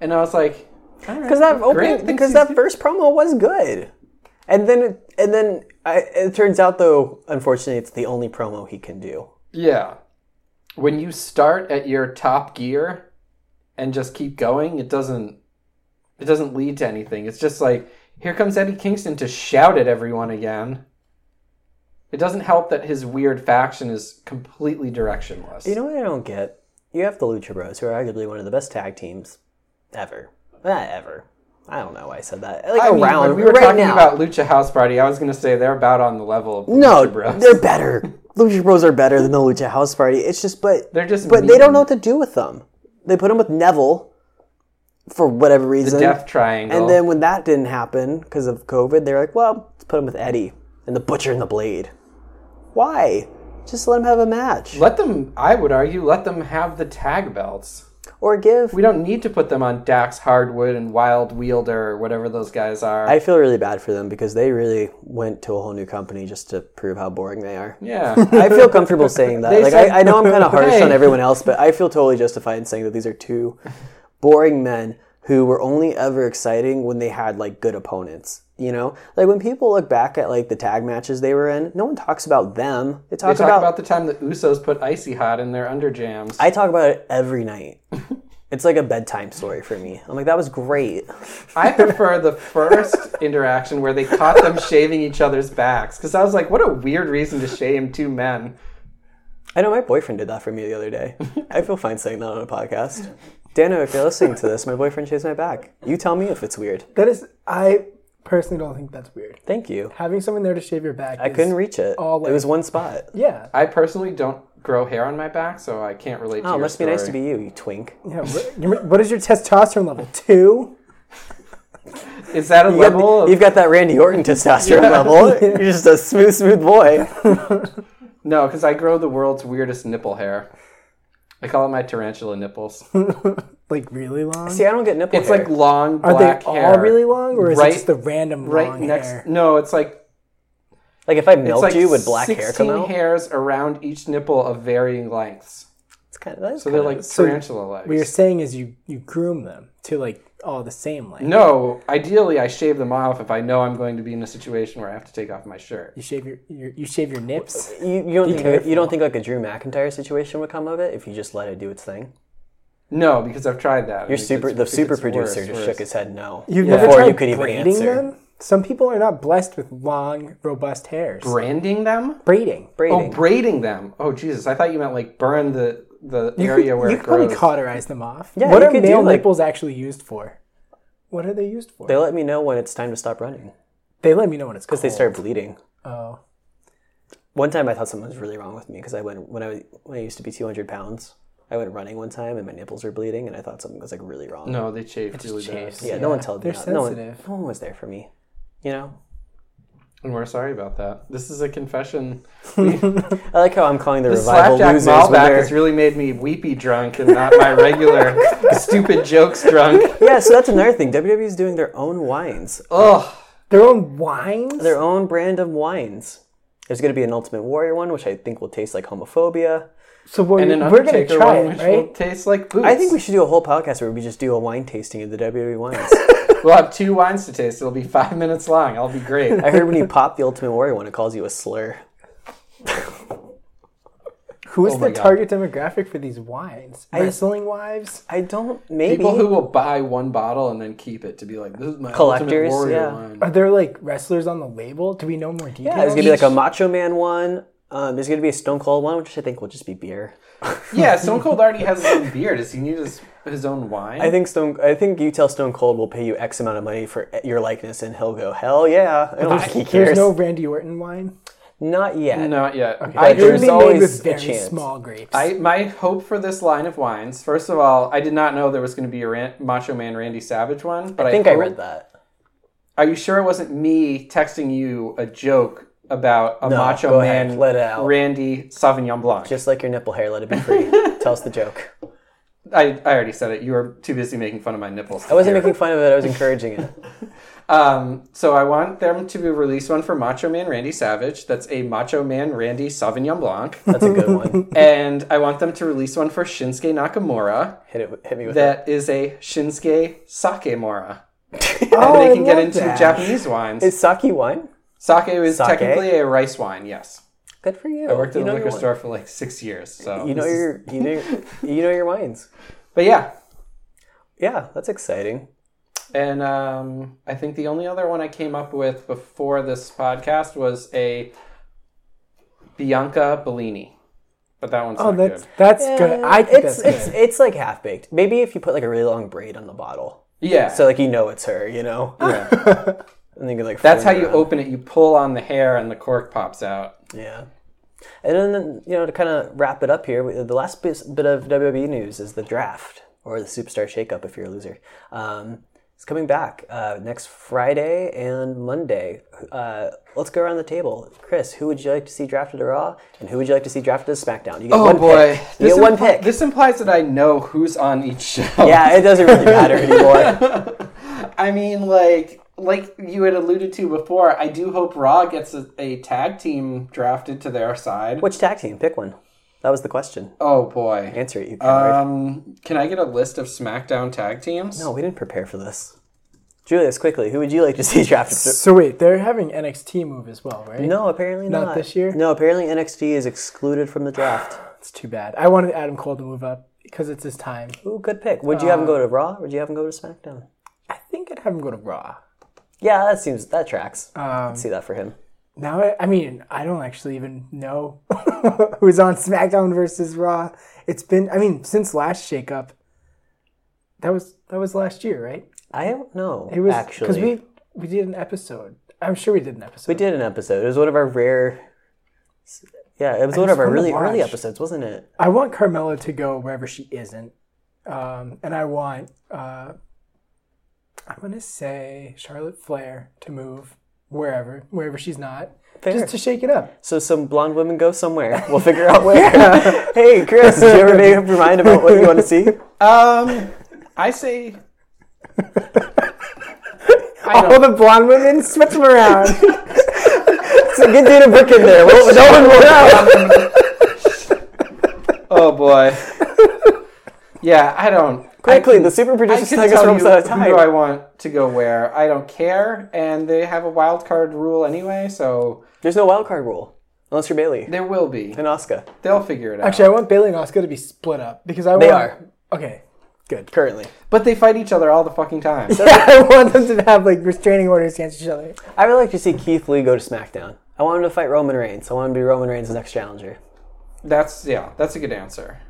B: And I was like,
A: because that
B: Grant
A: opening,
B: thinks
A: because
B: he's
A: that
B: good.
A: first promo was good, and then and then I, it turns out though, unfortunately, it's the only promo he can do.
B: "Yeah. When you start at your top gear and just keep going, it doesn't it doesn't lead to anything. It's just like, here comes Eddie Kingston to shout at everyone again." It doesn't help that his weird faction is completely directionless.
A: You know what I don't get? You have the Lucha Bros, who are arguably one of the best tag teams ever. Not ever. I don't know why I said that. Like
B: I mean,
A: around
B: when we were
A: right
B: talking
A: now.
B: about Lucha House Party, I was going to say they're about on the level of the
A: no,
B: Lucha Bros.
A: they're better. Lucha Bros are better than the Lucha House Party. It's just, but
B: They're just
A: but they
B: mean.
A: don't know what to do with them. They put them with Neville for whatever reason,
B: Death Triangle.
A: and then when that didn't happen because of COVID, they're like, well, let's put them with Eddie and the Butcher and the Blade. Why? Just let them have a match,
B: let them. I would argue, let them have the tag belts.
A: or give
B: We don't need to put them on Dax Hardwood and Wild Wielder or whatever those guys are.
A: I feel really bad for them because they really went to a whole new company just to prove how boring they are.
B: yeah,
A: I feel comfortable saying that.
B: They
A: Like
B: said-
A: I, I know I'm kind of harsh on
B: Hey.
A: everyone else, but I feel totally justified in saying that these are two boring men who were only ever exciting when they had like good opponents. You know, like when people look back at like the tag matches they were in, no one talks about them. They
B: they
A: talk,
B: talk
A: about,
B: about the time the Usos put Icy Hot in their underjams.
A: I talk about it every night. it's like a bedtime story for me. I'm like that was great.
B: I prefer the first interaction where they caught them shaving each other's backs because I was like, what a weird reason to shame two men.
A: I know my boyfriend did that for me the other day. I feel fine saying that on a podcast. Dano, if you're listening to this, my boyfriend shaves my back. You tell me if it's weird.
C: That is, I personally don't think that's weird.
A: Thank you.
C: Having someone there to shave your back.
A: I couldn't reach it.
C: all
A: it was
C: like-
A: one spot.
C: Yeah,
B: I personally don't grow hair on my back, so I can't relate to
A: Oh,
B: your
A: it must be nice to
B: story.
A: be you, you twink.
C: yeah. What, what is your testosterone level? Two.
B: Is that a
A: You got the-
B: level? of-
A: You've got that Randy Orton testosterone level. You're just a smooth, smooth boy.
B: no, because I grow the world's weirdest nipple hair. I call it my tarantula nipples.
C: Like really long?
A: See, I don't get nipple
B: It's
A: hair.
B: like long
C: Are
B: black
C: they
B: hair.
C: all really long, or is
B: Right-
C: it just the random
B: right
C: long
B: next.
C: hair?
B: No, it's like
A: Like if I
B: it's
A: milked
B: like
A: you, would black hair come
B: 16
A: out?
B: hairs around each nipple of varying lengths.
A: It's kind of that is
B: So they're
A: kinda-
B: like tarantula legs.
C: What you're saying is you you groom them to like all the same length.
B: No, ideally I shave them off if I know I'm going to be in a situation where I have to take off my shirt.
C: You shave your, your you shave your nips.
A: you, you don't think you don't think like a Drew McIntyre situation would come of it if you just let it do its thing.
B: No, because I've tried that.
A: Your super the super producer just shook his head no.
C: You've
A: before
C: never tried
A: you could even
C: braiding
A: answer.
C: them. Some people are not blessed with long, robust hairs.
B: branding them.
C: braiding,
B: Oh,
A: Braiding.
B: braiding them. Oh, Jesus! I thought you meant like burn the the area where
C: you
B: it
C: could probably
B: grows.
C: cauterize them off.
A: Yeah,
C: what
A: you
C: are
A: could
C: male
A: do, like-
C: nipples actually used for? What are they used for?
A: they
C: They,
A: let me know when it's time to stop running
C: let me know when it's
A: because they start bleeding.
C: Oh,
A: One time I thought something was really wrong with me because I went when I was, when I used to be 200 pounds. I went running one time and my nipples were bleeding and I thought something was like really wrong.
B: No, they chafed really bad,
C: chafes.
A: yeah, no one told me.
C: they're
A: that. No one,
C: sensitive.
A: no one was there for me. You know,
B: and we're sorry about that. This is a confession.
A: I like how I'm calling the revival
B: Slapjack
A: losers. when
B: Malbec
A: they're-
B: has really made me weepy drunk and not my regular stupid jokes drunk.
A: yeah, so that's another thing. WWE's doing their own wines,
B: Ugh.
C: their own wines.
A: their own brand of wines. There's going to be an Ultimate Warrior one, which I think will taste like homophobia.
C: so we're,
B: And an
C: we're gonna
B: Undertaker
C: try
B: one,
C: it,
B: which will
C: right?
B: taste like boots.
A: I think we should do a whole podcast where we just do a wine tasting of the WWE wines.
B: we'll have two wines to taste. It'll be five minutes long. I'll be great.
A: I heard when you pop the Ultimate Warrior one, it calls you a slur.
C: Who is
B: Oh my
C: the
B: God.
C: target demographic for these wines? Wrestling wives.
A: I don't. Maybe
B: People who will buy one bottle and then keep it to be like, this is my
A: Collectors,
B: ultimate warrior
A: yeah.
B: wine.
C: Are there like wrestlers on the label? Do we know more details?
A: yeah, there's going to be like a Macho Man one. Um, there's going to be a Stone Cold one, which I think will just be beer.
B: Yeah, Stone Cold already has his own beer. Does he need his, his own wine?
A: I think Stone. I think you tell Stone Cold will pay you X amount of money for your likeness, and he'll go, "Hell yeah!" I don't think he cares.
C: There's no Randy Orton wine.
A: Not yet.
B: Not yet.
A: I
B: I
A: But there's
C: It's
B: heard,
C: gonna be made
A: always
C: with
A: a
C: very
A: chance.
C: small grapes.
B: I, my hope for this line of wines, first of all, I did not know there was going to be a Ran- Macho Man Randy Savage one, but I
A: I think I
B: hope-
A: read that.
B: Are you sure it wasn't me texting you a joke about a
A: No,
B: Macho
A: go ahead.
B: Man
A: Let it out.
B: Randy Sauvignon Blanc?
A: Just like your nipple hair, let it be free. Tell us the joke.
B: I, I already said it. You were too busy making fun of my nipples.
A: I wasn't making fun of it. I was encouraging it.
B: Um, so I want them to release one for Macho Man Randy Savage. That's a Macho Man Randy Sauvignon Blanc.
A: That's a good one.
B: and I want them to release one for Shinsuke Nakamura.
A: Hit it. Hit me with that.
B: That is a Shinsuke Sakemura.
C: oh,
B: they can get
C: I love
B: into
C: that.
B: Japanese wines.
A: Is sake wine?
B: sake is
A: Sake?
B: technically a rice wine. Yes,
A: Good for you.
B: I worked
A: you
B: at a
A: know
B: liquor
A: your wine.
B: store for like six years. So
A: You know
B: this is-
A: your you know your, you know your wines.
B: but yeah.
A: Yeah, that's exciting.
B: And um, I think the only other one I came up with before this podcast was a Bianca Bellini, but that one's
C: Oh,
B: not
C: that's
B: good.
C: that's good. I think
A: Uh, it's
C: that's
A: it's
C: good.
A: it's like half baked. Maybe if you put like a really long braid on the bottle,
B: Yeah.
A: so like you know it's her. You know.
B: Yeah.
A: And then you like
B: That's how
A: fling it
B: you
A: around.
B: open it. You pull on the hair, and the cork pops out.
A: Yeah. And then, you know, to kind of wrap it up here, we- the last bis- bit of WWE news is the draft, or the Superstar Shakeup if you're a loser. Um, it's coming back uh, next Friday and Monday. Uh, let's go around the table. Chris, who would you like to see drafted to Raw, and who would you like to see drafted to SmackDown? You get one pick. Oh, You
B: Oh, This
A: get one
B: impli-
A: pick.
B: This implies that I know who's on each show.
A: yeah, it doesn't really matter anymore.
B: I mean, like, like you had alluded to before. I do hope Raw gets a, a tag team drafted to their side.
A: Which tag team? Pick one. That was the question.
B: Oh boy.
A: Answer it, you coward.
B: Um, can I get a list of SmackDown tag teams?
A: no, we didn't prepare for this. Julius, quickly, who would you like to see drafted to
C: So wait, they're having NXT move as well, right?
A: No, apparently not.
C: Not this year?
A: No, apparently NXT is excluded from the draft.
C: It's too bad. I wanted Adam Cole to move up because it's his time.
A: Ooh, good pick. Um, Would you have him go to Raw? Would you have him go to SmackDown?
C: I think I'd have him go to Raw.
A: Yeah, that seems that tracks. I see that for him.
C: Now, I, I mean, I don't actually even know who's on SmackDown versus Raw. It's been, I mean, since last shakeup. That was that was last year, right?
A: I don't know.
C: It was
A: actually. We,
C: we we did an episode. I'm sure we did an episode.
A: did an episode. It was one of our rare. Yeah, it was one of our
C: wanna
A: really early
C: watch.
A: episodes, wasn't it?
C: I want Carmella to go wherever she isn't, um, and I want uh, I'm gonna say Charlotte Flair to move wherever, wherever she's not,
A: Fair.
C: just to shake it up.
A: So some blonde women go somewhere. We'll figure out where. hey, Chris, do you ever make up your mind about what you want to see?
B: Um, I say. I
C: All
B: don't,
C: the blonde women switch them around.
A: So get Dana Brooke in there. Well, no one will know.
B: oh boy. Yeah, I don't.
A: Quickly, the super
B: I
A: producer
B: can
A: stuck us
B: tell
A: rooms
B: you
A: out of
B: who I
A: time.
B: want to go where. I don't care, and they have a wild card rule anyway, so
A: There's no wild card rule unless you're Bailey
B: there will be.
A: and Oscar
B: They'll figure it out.
C: Actually, I want Bailey and Oscar to be split up because I
A: They
C: want.
A: are.
C: Okay, good.
A: currently.
B: but they fight each other all the fucking time.
C: I want them to have like restraining orders against each other.
A: I really like to see Keith Lee go to SmackDown. I want him to fight Roman Reigns. I want him to be Roman Reigns' next challenger.
B: That's yeah, that's a good answer.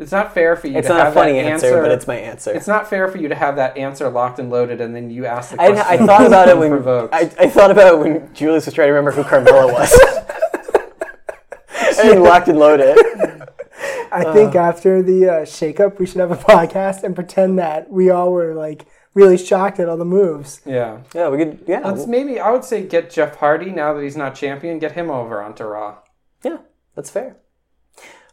B: It's not fair for you
A: It's
B: to
A: not a
B: have
A: funny
B: that
A: answer,
B: answer,
A: but it's my answer.
B: It's not fair for you to have that answer locked and loaded, and then you ask the
A: I,
B: question.
A: didn't- I
B: that
A: thought
B: was
A: about it when
B: unprovoked.
A: I, I thought about it when Julius was trying to remember who Carmella was. and he locked and loaded.
C: I think after the uh, shakeup, we should have a podcast and pretend that we all were like really shocked at all the moves.
B: yeah.
A: Yeah, we could. Yeah,
B: Let's maybe I would say get Jeff Hardy now that he's not champion, get him over onto Raw.
A: yeah, that's fair.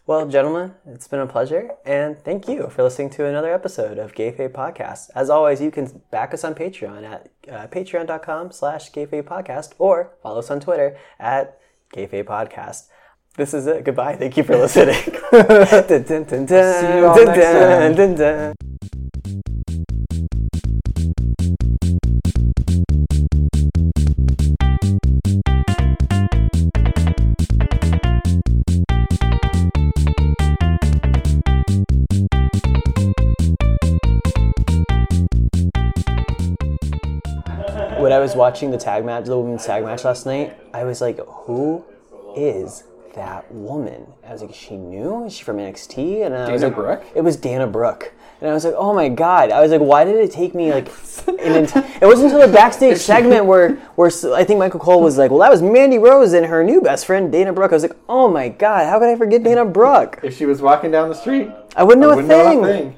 A: Well, gentlemen, it's been a pleasure, and thank you for listening to another episode of Gay Faye Podcast. As always, you can back us on Patreon at uh, patreon.com slash Gay Faye Podcast or follow us on Twitter at Gay Faye Podcast. This is it. Goodbye. Thank you for listening. Dun, dun, dun, dun,
B: See you all
A: dun,
B: next
A: dun, dun,
B: time.
A: dun. when I was watching the tag match, the women's tag match last night, I was like, who is that woman? I was like, she knew? Is she from NXT? And I was
B: Dana
A: like,
B: Brooke?
A: It was Dana Brooke. And I was like, oh my god. I was like, why did it take me like an entire. It wasn't until the backstage segment where, where s- I think Michael Cole was like, well, that was Mandy Rose and her new best friend, Dana Brooke. I was like, oh my god, how could I forget Dana Brooke?
B: If she was walking down the street,
A: I wouldn't know,
B: wouldn't know a thing.